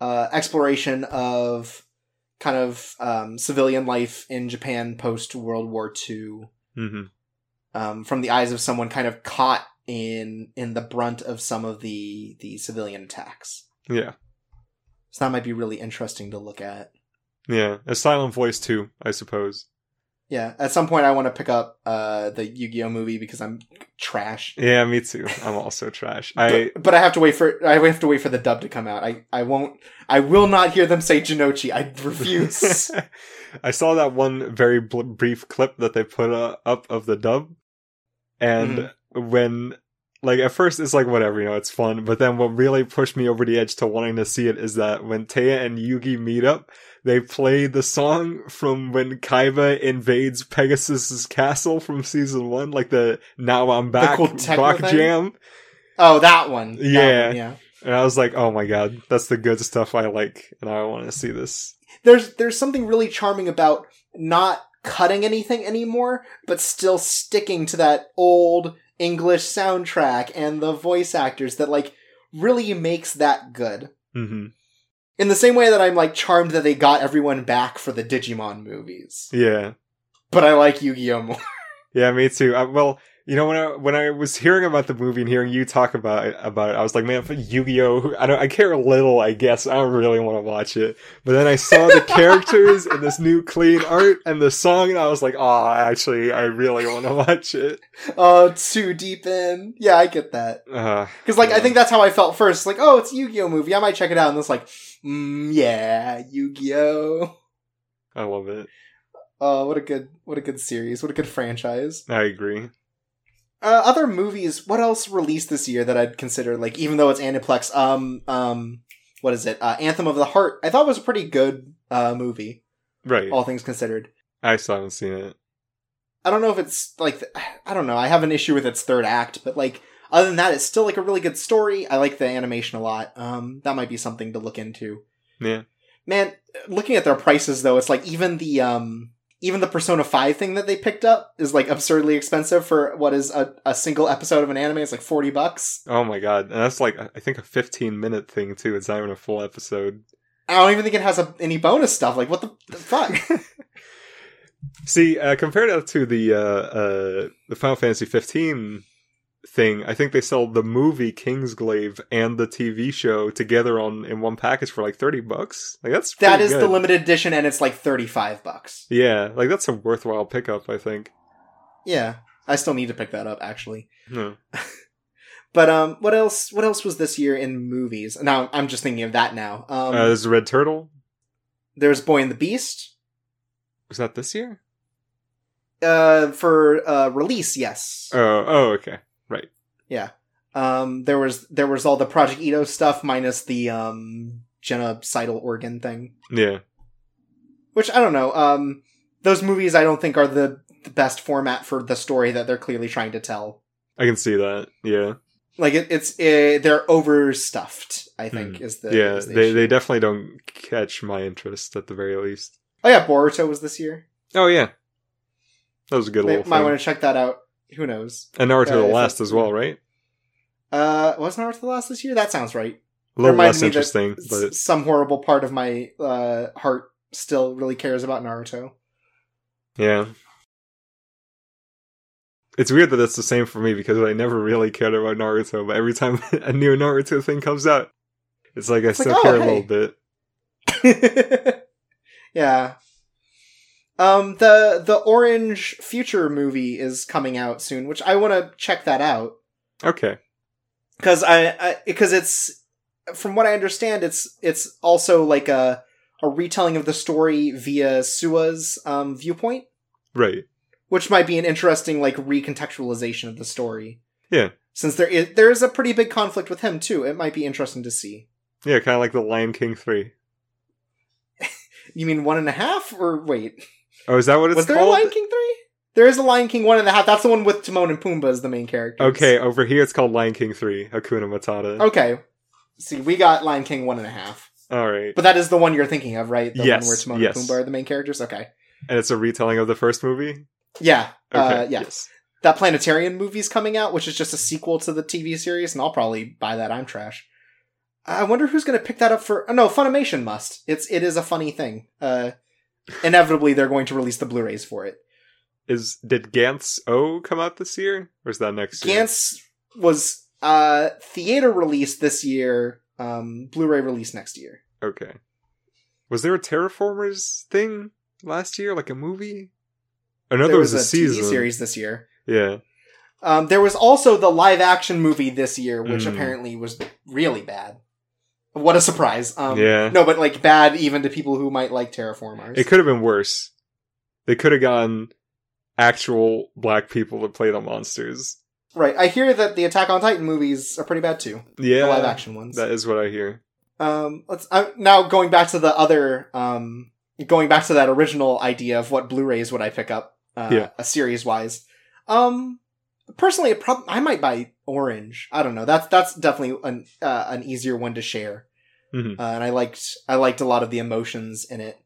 S1: uh, exploration of kind of um, civilian life in Japan post World War II
S2: hmm
S1: um, from the eyes of someone kind of caught in in the brunt of some of the the civilian attacks.
S2: Yeah.
S1: So that might be really interesting to look at.
S2: Yeah. A silent voice too, I suppose.
S1: Yeah, at some point I want to pick up uh, the Yu-Gi-Oh movie because I'm trash.
S2: Yeah, me too. I'm also trash. I
S1: but, but I have to wait for I have to wait for the dub to come out. I, I won't I will not hear them say Genochi. I refuse.
S2: I saw that one very bl- brief clip that they put uh, up of the dub, and
S1: Mm-hmm.
S2: when like at first it's like whatever you know it's fun, but then what really pushed me over the edge to wanting to see it is that when Taya and Yugi meet up, they play the song from when Kaiba invades Pegasus's castle from season one, like the "Now I'm Back"
S1: cool techno
S2: rock
S1: thing?
S2: jam,
S1: oh, that one. That
S2: Yeah.
S1: one, yeah.
S2: and I was like, "Oh my god, that's the good stuff I like," and I want to see this.
S1: There's there's something really charming about not cutting anything anymore, but still sticking to that old English soundtrack and the voice actors that like really makes that good.
S2: hmm
S1: In the same way that I'm like charmed that they got everyone back for the Digimon movies.
S2: Yeah.
S1: But I like Yu-Gi-Oh more.
S2: Yeah, me too. I, well, you know when I when I was hearing about the movie and hearing you talk about it, about it, I was like, man, for Yu-Gi-Oh, I don't, I care a little, I guess. I don't really want to watch it. But then I saw the characters and this new clean art and the song, and I was like, oh, actually, I really want to watch it.
S1: Oh, too deep in. Yeah, I get that.
S2: Uh,
S1: Because like I
S2: Yeah.
S1: think that's how I felt first. Like, oh, it's a Yu-Gi-Oh movie. I might check it out. And it's like, mm, yeah, Yu-Gi-Oh.
S2: I love it.
S1: Oh, what a good, what a good series. What a good franchise.
S2: I agree.
S1: Uh, other movies. What else released this year that I'd consider like, even though it's Aniplex. Um, um, what is it? Uh, Anthem of the Heart. I thought was a pretty good uh movie.
S2: Right.
S1: All things considered.
S2: I still haven't seen it.
S1: I don't know if it's like th- I don't know. I have an issue with its third act, but like other than that, it's still like a really good story. I like the animation a lot. Um, that might be something to look into.
S2: Yeah.
S1: man. Looking at their prices though, it's like even the um even the Persona Five thing that they picked up is like absurdly expensive for what is a, a single episode of an anime. It's like forty bucks.
S2: Oh my god, and that's like I think a fifteen-minute thing too. It's not even a full episode.
S1: I don't even think it has a, any bonus stuff. Like what the, the fuck?
S2: See, uh, compared that to the uh, uh, the Final Fantasy 15 thing, I think they sold the movie Kingsglaive and the TV show together on in one package for like thirty bucks. Like that's
S1: that
S2: pretty
S1: is the
S2: good.
S1: limited edition, and it's like thirty five bucks.
S2: Yeah, like that's a worthwhile pickup. I think.
S1: Yeah, I still need to pick that up actually.
S2: No.
S1: But um, what else? What else was this year in movies? Now I'm just thinking of that now. Um,
S2: uh, there's a Red Turtle.
S1: there's Boy and the Beast.
S2: Was that this year?
S1: Uh, for uh, release, yes.
S2: Oh, oh, okay.
S1: Um, there was there was all the Project Ito stuff minus the um genocidal organ thing,
S2: Yeah,
S1: which I don't know. Um, those movies I don't think are the, the best format for the story that they're clearly trying to tell.
S2: I can see that. Yeah,
S1: Like it, it's it, they're overstuffed. I think is the
S2: yeah.
S1: is the
S2: They
S1: issue.
S2: they definitely don't catch my interest at the very least.
S1: oh yeah, Boruto was this year.
S2: Oh yeah, that was a good
S1: Might,
S2: little thing.
S1: want to check that out. Who knows?
S2: And Naruto
S1: uh,
S2: the
S1: if
S2: Last
S1: that-
S2: as well, right?
S1: Uh, was Naruto the last this year? That sounds right.
S2: A little
S1: Reminds me
S2: less
S1: that-
S2: interesting,
S1: S-
S2: but
S1: Some horrible part of my uh, heart still really cares about Naruto.
S2: yeah. It's weird that that's the same for me because I never really cared about Naruto, but every time a new Naruto thing comes out, it's like I
S1: It's like,
S2: still
S1: oh, hey.
S2: care a little bit.
S1: yeah. Um the the Orange Future movie is coming out soon, which I want to check that out
S2: Okay.
S1: cuz I because it's from what I understand it's it's also like a a retelling of the story via Sua's um viewpoint,
S2: Right.
S1: which might be an interesting like recontextualization of the story.
S2: Yeah.
S1: Since there is there is a pretty big conflict with him too. It might be interesting to see.
S2: Yeah, kind of like the Lion King 3.
S1: You mean one and a half? Or wait,
S2: Oh, is that what it's
S1: was there a
S2: called?
S1: Lion King three? There is a Lion King one and a half. That's the one with Timon and Pumbaa as the main characters.
S2: okay, over here it's called Lion King 3, Hakuna Matata.
S1: Okay. See, we got Lion King one and a half.
S2: All right.
S1: But that is the one you're thinking of, right? The
S2: Yes,
S1: one where Timon
S2: yes.
S1: and Pumbaa are the main characters? Okay.
S2: And it's a retelling of the first movie?
S1: Yeah. Uh,
S2: Okay.
S1: yeah.
S2: Yes.
S1: That Planetarian movie's coming out, which is just a sequel to the TV series, and I'll probably buy that. I'm trash. I wonder who's going to pick that up for. Oh, no, Funimation must. It's it is a funny thing. Uh, inevitably, they're going to release the Blu-rays for it.
S2: Is did Gantz O come out this year? Or is that next year?
S1: Gantz was uh, theater release this year, um, Blu-ray release next year.
S2: Okay. Was there a Terraformers thing last year, like a movie? I know there, was, a, season.
S1: TV series this year.
S2: Yeah.
S1: Um, there was also the live-action movie this year, which
S2: Mm.
S1: apparently was really bad. What a surprise! Um,
S2: Yeah.
S1: No, but like bad even to people who might like Terraformers.
S2: It could have been worse. They could have gotten actual black people to play the monsters.
S1: right. I hear that the Attack on Titan movies are pretty bad too.
S2: Yeah.
S1: the live-action ones.
S2: That is what I hear.
S1: um, let's uh, now going back to the other. Um, going back to that original idea of what Blu-rays would I pick up? Uh,
S2: Yeah.
S1: A series wise. Um, personally, it prob- I might buy Orange. I don't know. That's that's definitely an uh, an easier one to share.
S2: Mhm.
S1: Uh, and I liked I liked a lot of the emotions in it.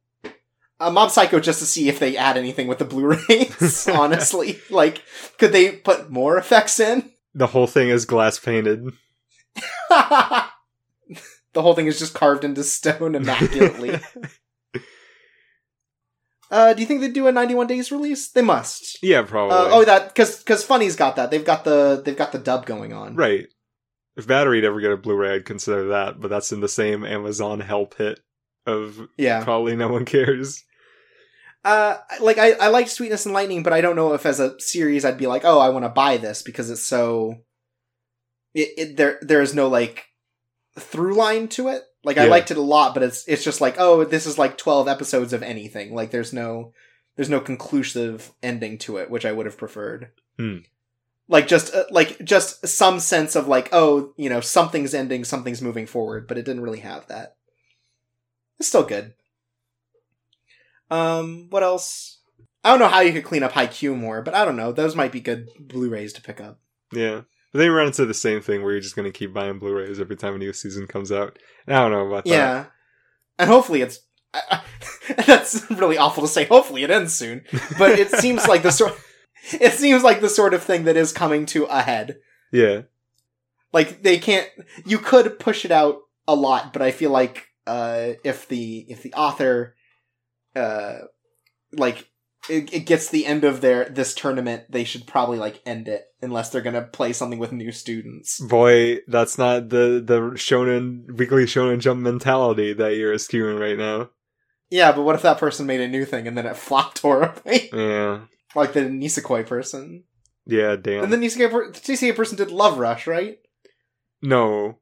S1: Uh, Mob Psycho just to see if they add anything with the Blu-rays. honestly, like could they put more effects in?
S2: The whole thing is glass painted.
S1: the whole thing is just carved into stone immaculately. uh, do you think they do a 91 days release? They must.
S2: yeah, probably.
S1: Uh, oh, that because because Funny's got that. They've got the they've got the dub going on.
S2: Right. If Battery'd ever get a Blu-ray, I'd consider that, but that's in the same Amazon help hit of
S1: Yeah.
S2: probably no one cares.
S1: Uh, like I I like Sweetness and Lightning, but I don't know if as a series I'd be like, oh, I want to buy this because it's so. It, it there there is no like through line to it. Like I
S2: Yeah.
S1: liked it a lot, but it's it's just like oh, this is like twelve episodes of anything. Like there's no there's no conclusive ending to it, which I would have preferred.
S2: Hmm.
S1: Like just uh, like just some sense of like oh, you know, something's ending, something's moving forward, but it didn't really have that. It's still good. Um, what else? I don't know how you could clean up High Q more, but I don't know. Those might be good Blu-rays to pick up.
S2: Yeah. But then you run into the same thing where you're just going to keep buying Blu-rays every time a new season comes out. And I don't know about
S1: Yeah, and hopefully it's. I, I, that's really awful to say. Hopefully it ends soon, but it seems like the sort. It seems like the sort of thing that is coming to a head.
S2: that. Yeah.
S1: Like they can't. You could push it out a lot, but I feel like uh, if the if the author, uh, like it, it gets the end of their this tournament, they should probably like end it unless they're gonna play something with new students.
S2: Boy, that's not the, the shonen, weekly shonen jump mentality that you're eschewing right now.
S1: Yeah, but what if that person made a new thing and then it flopped horribly?
S2: Yeah.
S1: like the Nisekoi person.
S2: Yeah, damn.
S1: And the Nisekoi, per- the Nisekoi person did Love Rush, right?
S2: no.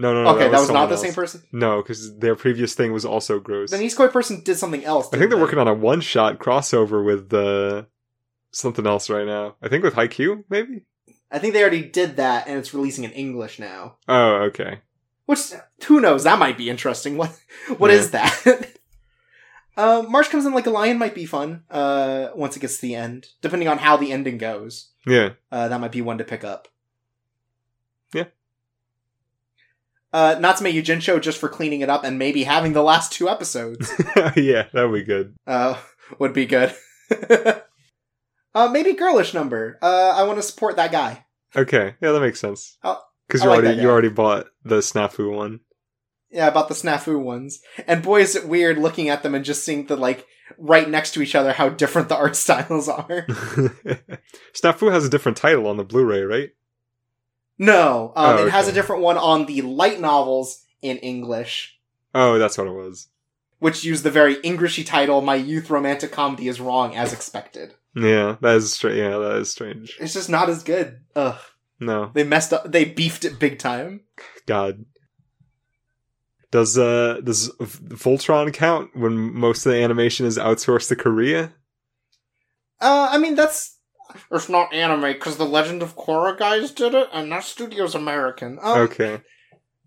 S2: No, no, no.
S1: okay, that was, not
S2: someone
S1: the same
S2: else.
S1: person.
S2: No, because their previous thing was also gross.
S1: The Nisekoi person did something else.
S2: I think they're working on a one shot crossover with uh, something else right now. I think with Haikyuu, maybe?
S1: I think they already did that, and it's releasing in English now.
S2: Oh, okay.
S1: Which who knows? That might be interesting. What what
S2: Yeah.
S1: is that? um, March comes in like a lion might be fun. Uh, once it gets to the end, depending on how the ending goes,
S2: Yeah.
S1: uh, that might be one to pick up.
S2: Yeah.
S1: Uh, Natsume Yujincho just for cleaning it up and maybe having the last two episodes
S2: yeah, that would be good.
S1: uh, would be good. uh, maybe girlish number. Uh, I want to support that guy.
S2: Okay. Yeah, that makes sense.
S1: Oh,
S2: Because
S1: I
S2: you
S1: like
S2: already
S1: that
S2: you
S1: guy.
S2: already bought the snafu one.
S1: Yeah, about the snafu ones. And boy, is it weird looking at them and just seeing the like right next to each other how different the art styles are.
S2: snafu has a different title on the Blu-ray, right?
S1: No, um,
S2: Oh,
S1: it has a
S2: okay.
S1: different one on the light novels in English,
S2: Oh, that's what it was.
S1: which use the very Englishy title "My Youth Romantic Comedy Is Wrong" as expected.
S2: Yeah, that is strange. Yeah, that is strange.
S1: It's just not as good. Ugh,
S2: No,
S1: they messed up. They beefed it big time.
S2: God. Does uh does V- Voltron count when most of the animation is outsourced to Korea?
S1: Uh, I mean that's. It's not anime because the Legend of Korra guys did it, and that studio's American. Um,
S2: Okay,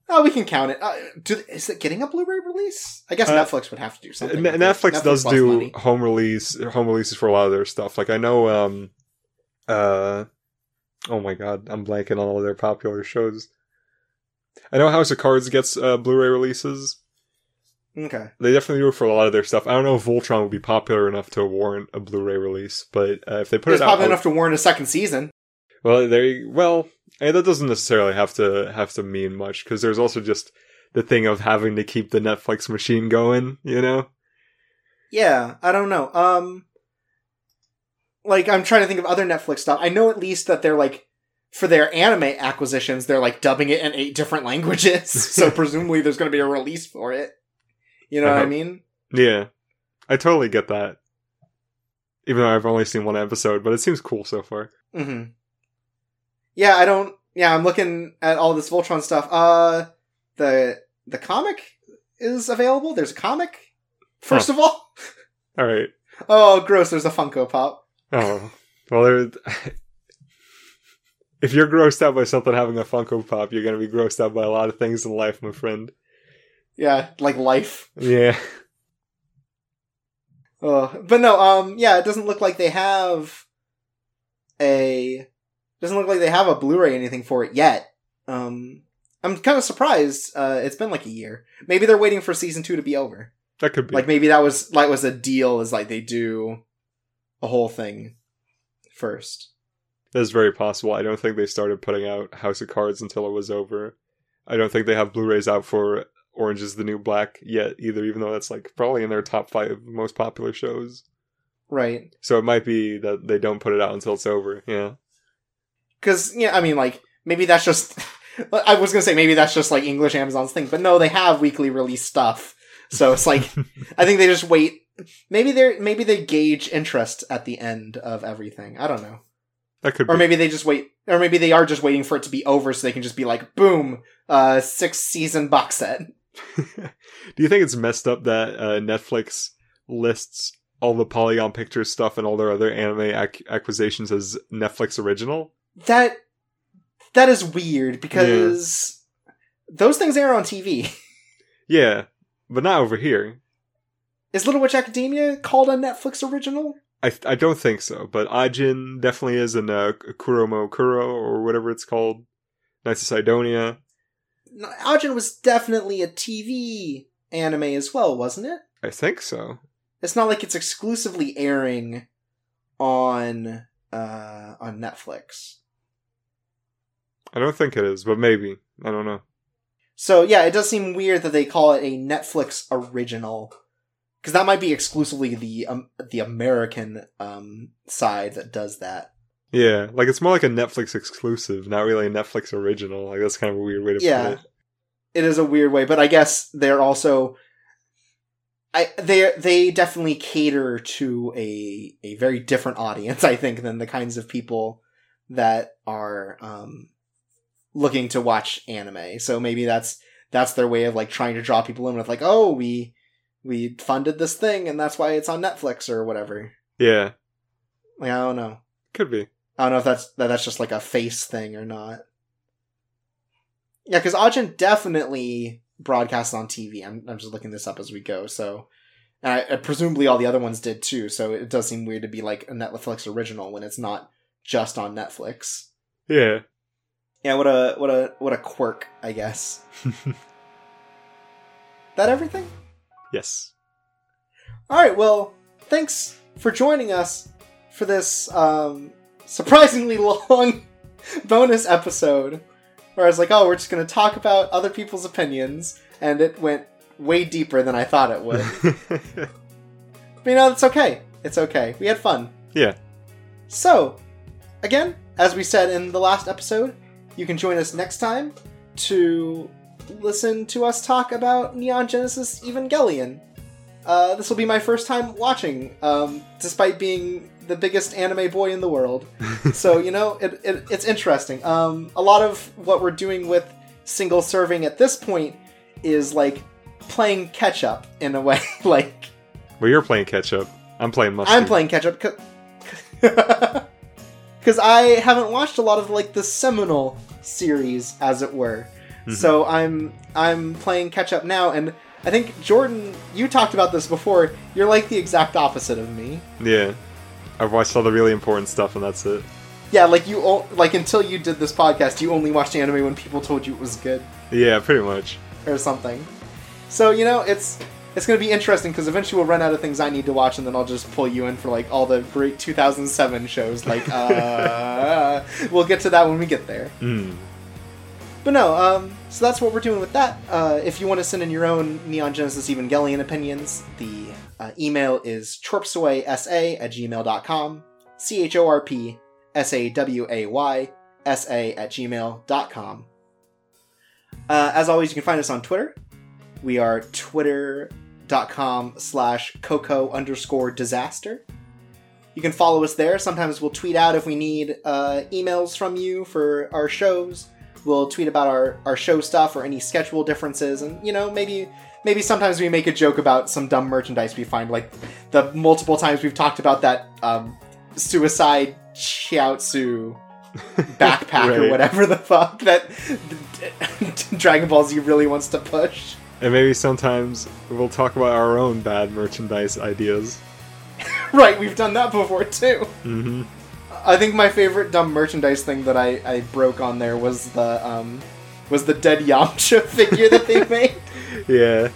S1: Oh, we can count it. Uh, do, is it getting a Blu-ray release? I guess
S2: Uh,
S1: Netflix would have to do something.
S2: N-
S1: with it.
S2: Netflix, does
S1: lost
S2: do
S1: money.
S2: home release home releases for a lot of their stuff. Like I know, um, uh, oh my god, I'm blanking on all their popular shows. I know House of Cards gets uh, Blu-ray releases.
S1: Okay.
S2: They definitely do it for a lot of their stuff. I don't know if Voltron would be popular enough to warrant a Blu-ray release, but uh, if they put
S1: it's
S2: it out,
S1: probably
S2: I-
S1: enough to warrant a second season.
S2: Well, there. You, well, I mean, that doesn't necessarily have to have to mean much because there's also just the thing of having to keep the Netflix machine going. You know,
S1: Yeah, I don't know. Um, like I'm trying to think of other Netflix stuff. I know at least that they're like for their anime acquisitions, they're like dubbing it in eight different languages. so presumably there's going to be a release for it. You know
S2: I
S1: what I
S2: hope.
S1: mean?
S2: yeah, I totally get that. Even though I've only seen one episode, but it seems cool so far.
S1: hmm Yeah, I don't. Yeah, I'm looking at all this Voltron stuff. Uh, the the comic is available. There's a comic. First of all,
S2: All right.
S1: oh gross! There's a Funko Pop.
S2: Oh well, there. if you're grossed out by something having a Funko Pop, you're gonna be grossed out by a lot of things in life, my friend.
S1: Yeah, like life.
S2: Yeah.
S1: Ugh. But no, um, yeah, it doesn't look like they have a doesn't look like they have a Blu-ray or anything for it yet. Um, I'm kind of surprised. Uh, it's been like a year. Maybe they're waiting for season two to be over.
S2: That could be.
S1: Like maybe that was like was a deal. Is like they do a whole thing first.
S2: That's very possible. I don't think they started putting out House of Cards until it was over. I don't think they have Blu-rays out for Orange is the New Black yet either, even though that's like probably in their top five most popular shows.
S1: Right.
S2: So it might be that they don't put it out until it's over. Yeah.
S1: Because yeah, I mean, like maybe that's just. I was gonna say maybe that's just like English Amazon's thing, but no, they have weekly release stuff. So it's like I think they just wait. Maybe they are maybe they gauge interest at the end of everything. I don't know,
S2: That could
S1: or
S2: be.
S1: maybe they just wait, or maybe they are just waiting for it to be over so they can just be like, boom, uh, six season box set.
S2: Do you think it's messed up that uh, Netflix lists all the Polygon Pictures stuff and all their other anime ac- acquisitions as Netflix original?
S1: That that is weird because those things air on TV.
S2: Yeah, but not over here.
S1: Is Little Witch Academia called a Netflix original?
S2: I I don't think so, but Ajin definitely is in uh, Kuromo Kuro or whatever it's called. Knights of Sidonia.
S1: No, Ajin was definitely a TV anime as well, wasn't it?
S2: I think so.
S1: It's not like it's exclusively airing on uh on Netflix.
S2: I don't think it is, but maybe. I don't know.
S1: So yeah, it does seem weird that they call it a Netflix original because that might be exclusively the um, the American um side that does that.
S2: Yeah, like it's more like a Netflix exclusive, not really a Netflix original. Like that's kind of a weird way to
S1: Yeah.
S2: put it.
S1: It is a weird way, but I guess they're also I they they definitely cater to a a very different audience, I think, than the kinds of people that are um looking to watch anime. So maybe that's that's their way of like trying to draw people in with like, oh, we we funded this thing and that's why it's on Netflix or whatever.
S2: Yeah,
S1: Like I don't know.
S2: could be.
S1: I don't know if that's that that's just like a face thing or not. Yeah, because Ajin definitely broadcast on TV. I'm I'm just looking this up as we go. So, and I, and presumably all the other ones did too. So it does seem weird to be like a Netflix original when it's not just on Netflix.
S2: Yeah.
S1: Yeah, what a what a what a quirk, I guess. That everything.
S2: yes.
S1: All right. Well, thanks for joining us for this um, surprisingly long bonus episode. Where I was like, "Oh, we're just going to talk about other people's opinions," and it went way deeper than I thought it would. but you know, it's okay. It's okay. We had fun.
S2: Yeah.
S1: So, again, as we said in the last episode, you can join us next time to listen to us talk about Neon Genesis Evangelion. Uh, this will be my first time watching, um, despite being the biggest anime boy in the world. so you know, it, it, it's interesting. Um, a lot of what we're doing with single serving at this point is like playing catch up in a way. like
S2: well, you're playing catch up. I'm playing mustard.
S1: I'm playing catch up because I haven't watched a lot of like the seminal series, as it were.
S2: Mhm.
S1: So I'm I'm playing catch up now, and I think Jordan, you talked about this before. You're like the exact opposite of me.
S2: Yeah. I've watched all the really important stuff, and that's it.
S1: Yeah, like you o- like until you did this podcast, you only watched anime when people told you it was good
S2: Yeah, pretty much.
S1: or something. So you know, it's It's going to be interesting because eventually we'll run out of things I need to watch, and then I'll just pull you in for like all the great 2007 shows. Like, uh, we'll get to that when we get there.
S2: Mm.
S1: But no, um, so that's what we're doing with that. Uh, if you want to send in your own Neon Genesis Evangelion opinions, the uh, email is chorpsawaysa at gmail.com, C H O R P S A W A Y S A at gmail.com. Uh, as always, you can find us on Twitter. We are twitter.com slash coco underscore disaster. You can follow us there. Sometimes we'll tweet out if we need uh, emails from you for our shows we'll tweet about our, our show stuff or any schedule differences and you know maybe maybe sometimes we make a joke about some dumb merchandise we find like the multiple times we've talked about that um, suicide chiaotzu backpack or
S2: Right.
S1: whatever the fuck that dragon ball z really wants to push
S2: And maybe sometimes we'll talk about our own bad merchandise ideas.
S1: right we've done that before too
S2: hmm
S1: I think my favorite dumb merchandise thing that I, I broke on there was the um, was the dead Yamcha figure that they made.
S2: Yeah,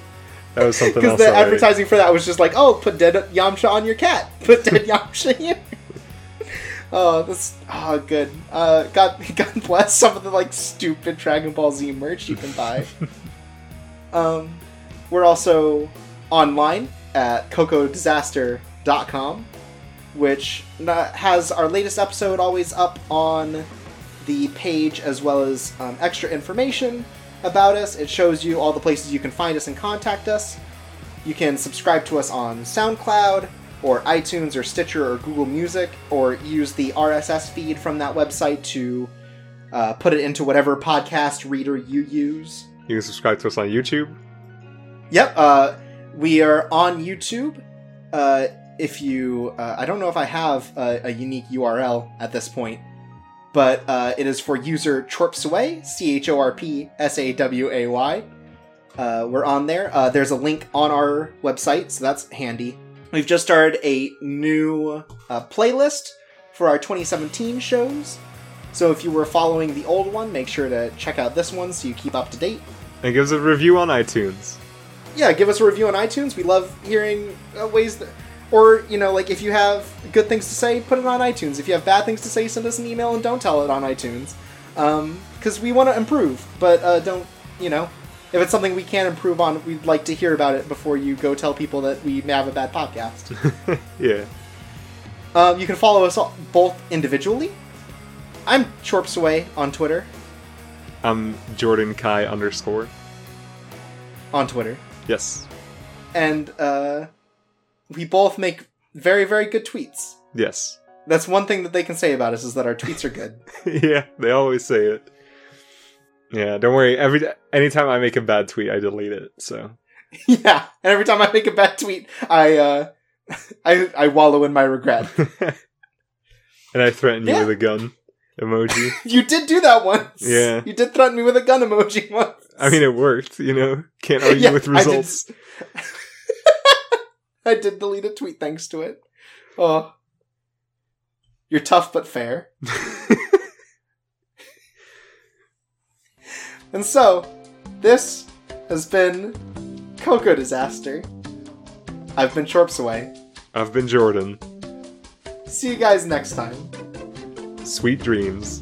S2: that was something
S1: Because
S2: else.
S1: the
S2: already.
S1: advertising for that was just like, oh, put dead Yamcha on your cat. Put dead Yamcha here. oh, that's oh good. Uh, God, God bless some of the like stupid Dragon Ball Z merch you can buy. um, we're also online at cocodisaster.com, which uh, has our latest episode always up on the page as well as um, extra information about us. It shows you all the places you can find us and contact us. You can subscribe to us on SoundCloud or iTunes or Stitcher or Google Music or use the RSS feed from that website to uh, put it into whatever podcast reader you use.
S2: You can subscribe to us on YouTube.
S1: Yep, uh, we are on YouTube. Uh, if you, uh, I don't know if I have a, a unique URL at this point, but uh, it is for user Chorpsaway, C H O R P S A W A Y. Uh, we're on there. Uh, there's a link on our website, so that's handy. We've just started a new uh, playlist for our 2017 shows. So if you were following the old one, make sure to check out this one so you keep up to date
S2: and give us a review on iTunes.
S1: yeah, give us a review on iTunes. We love hearing uh, ways that, or you know, like if you have good things to say, put it on iTunes. If you have bad things to say, send us an email and don't tell it on iTunes, because we want to improve. But uh, don't, you know, if it's something we can improve on, we'd like to hear about it before you go tell people that we have a bad podcast.
S2: Yeah.
S1: Um, you can follow us all, both individually. I'm Chorpsaway on Twitter.
S2: I'm Jordan Kai underscore.
S1: On Twitter.
S2: Yes.
S1: And uh, we both make very, very good tweets.
S2: Yes.
S1: That's one thing that they can say about us is that our tweets are good.
S2: yeah, they always say it. Yeah, don't worry. Every anytime I make a bad tweet, I delete it. So
S1: yeah, and every time I make a bad tweet, I uh, I I wallow in my regret.
S2: and I threaten you
S1: Yeah.
S2: with a gun emoji.
S1: you did do that once.
S2: Yeah.
S1: you did threaten me with a gun emoji once.
S2: I mean, it worked. You know, can't argue
S1: Yeah,
S2: with
S1: I did-
S2: results.
S1: I did delete a tweet thanks to it. Oh, you're tough but fair. And so, this has been Coco disaster. I've been Chorps away.
S2: I've been Jordan.
S1: See you guys next time.
S2: Sweet dreams.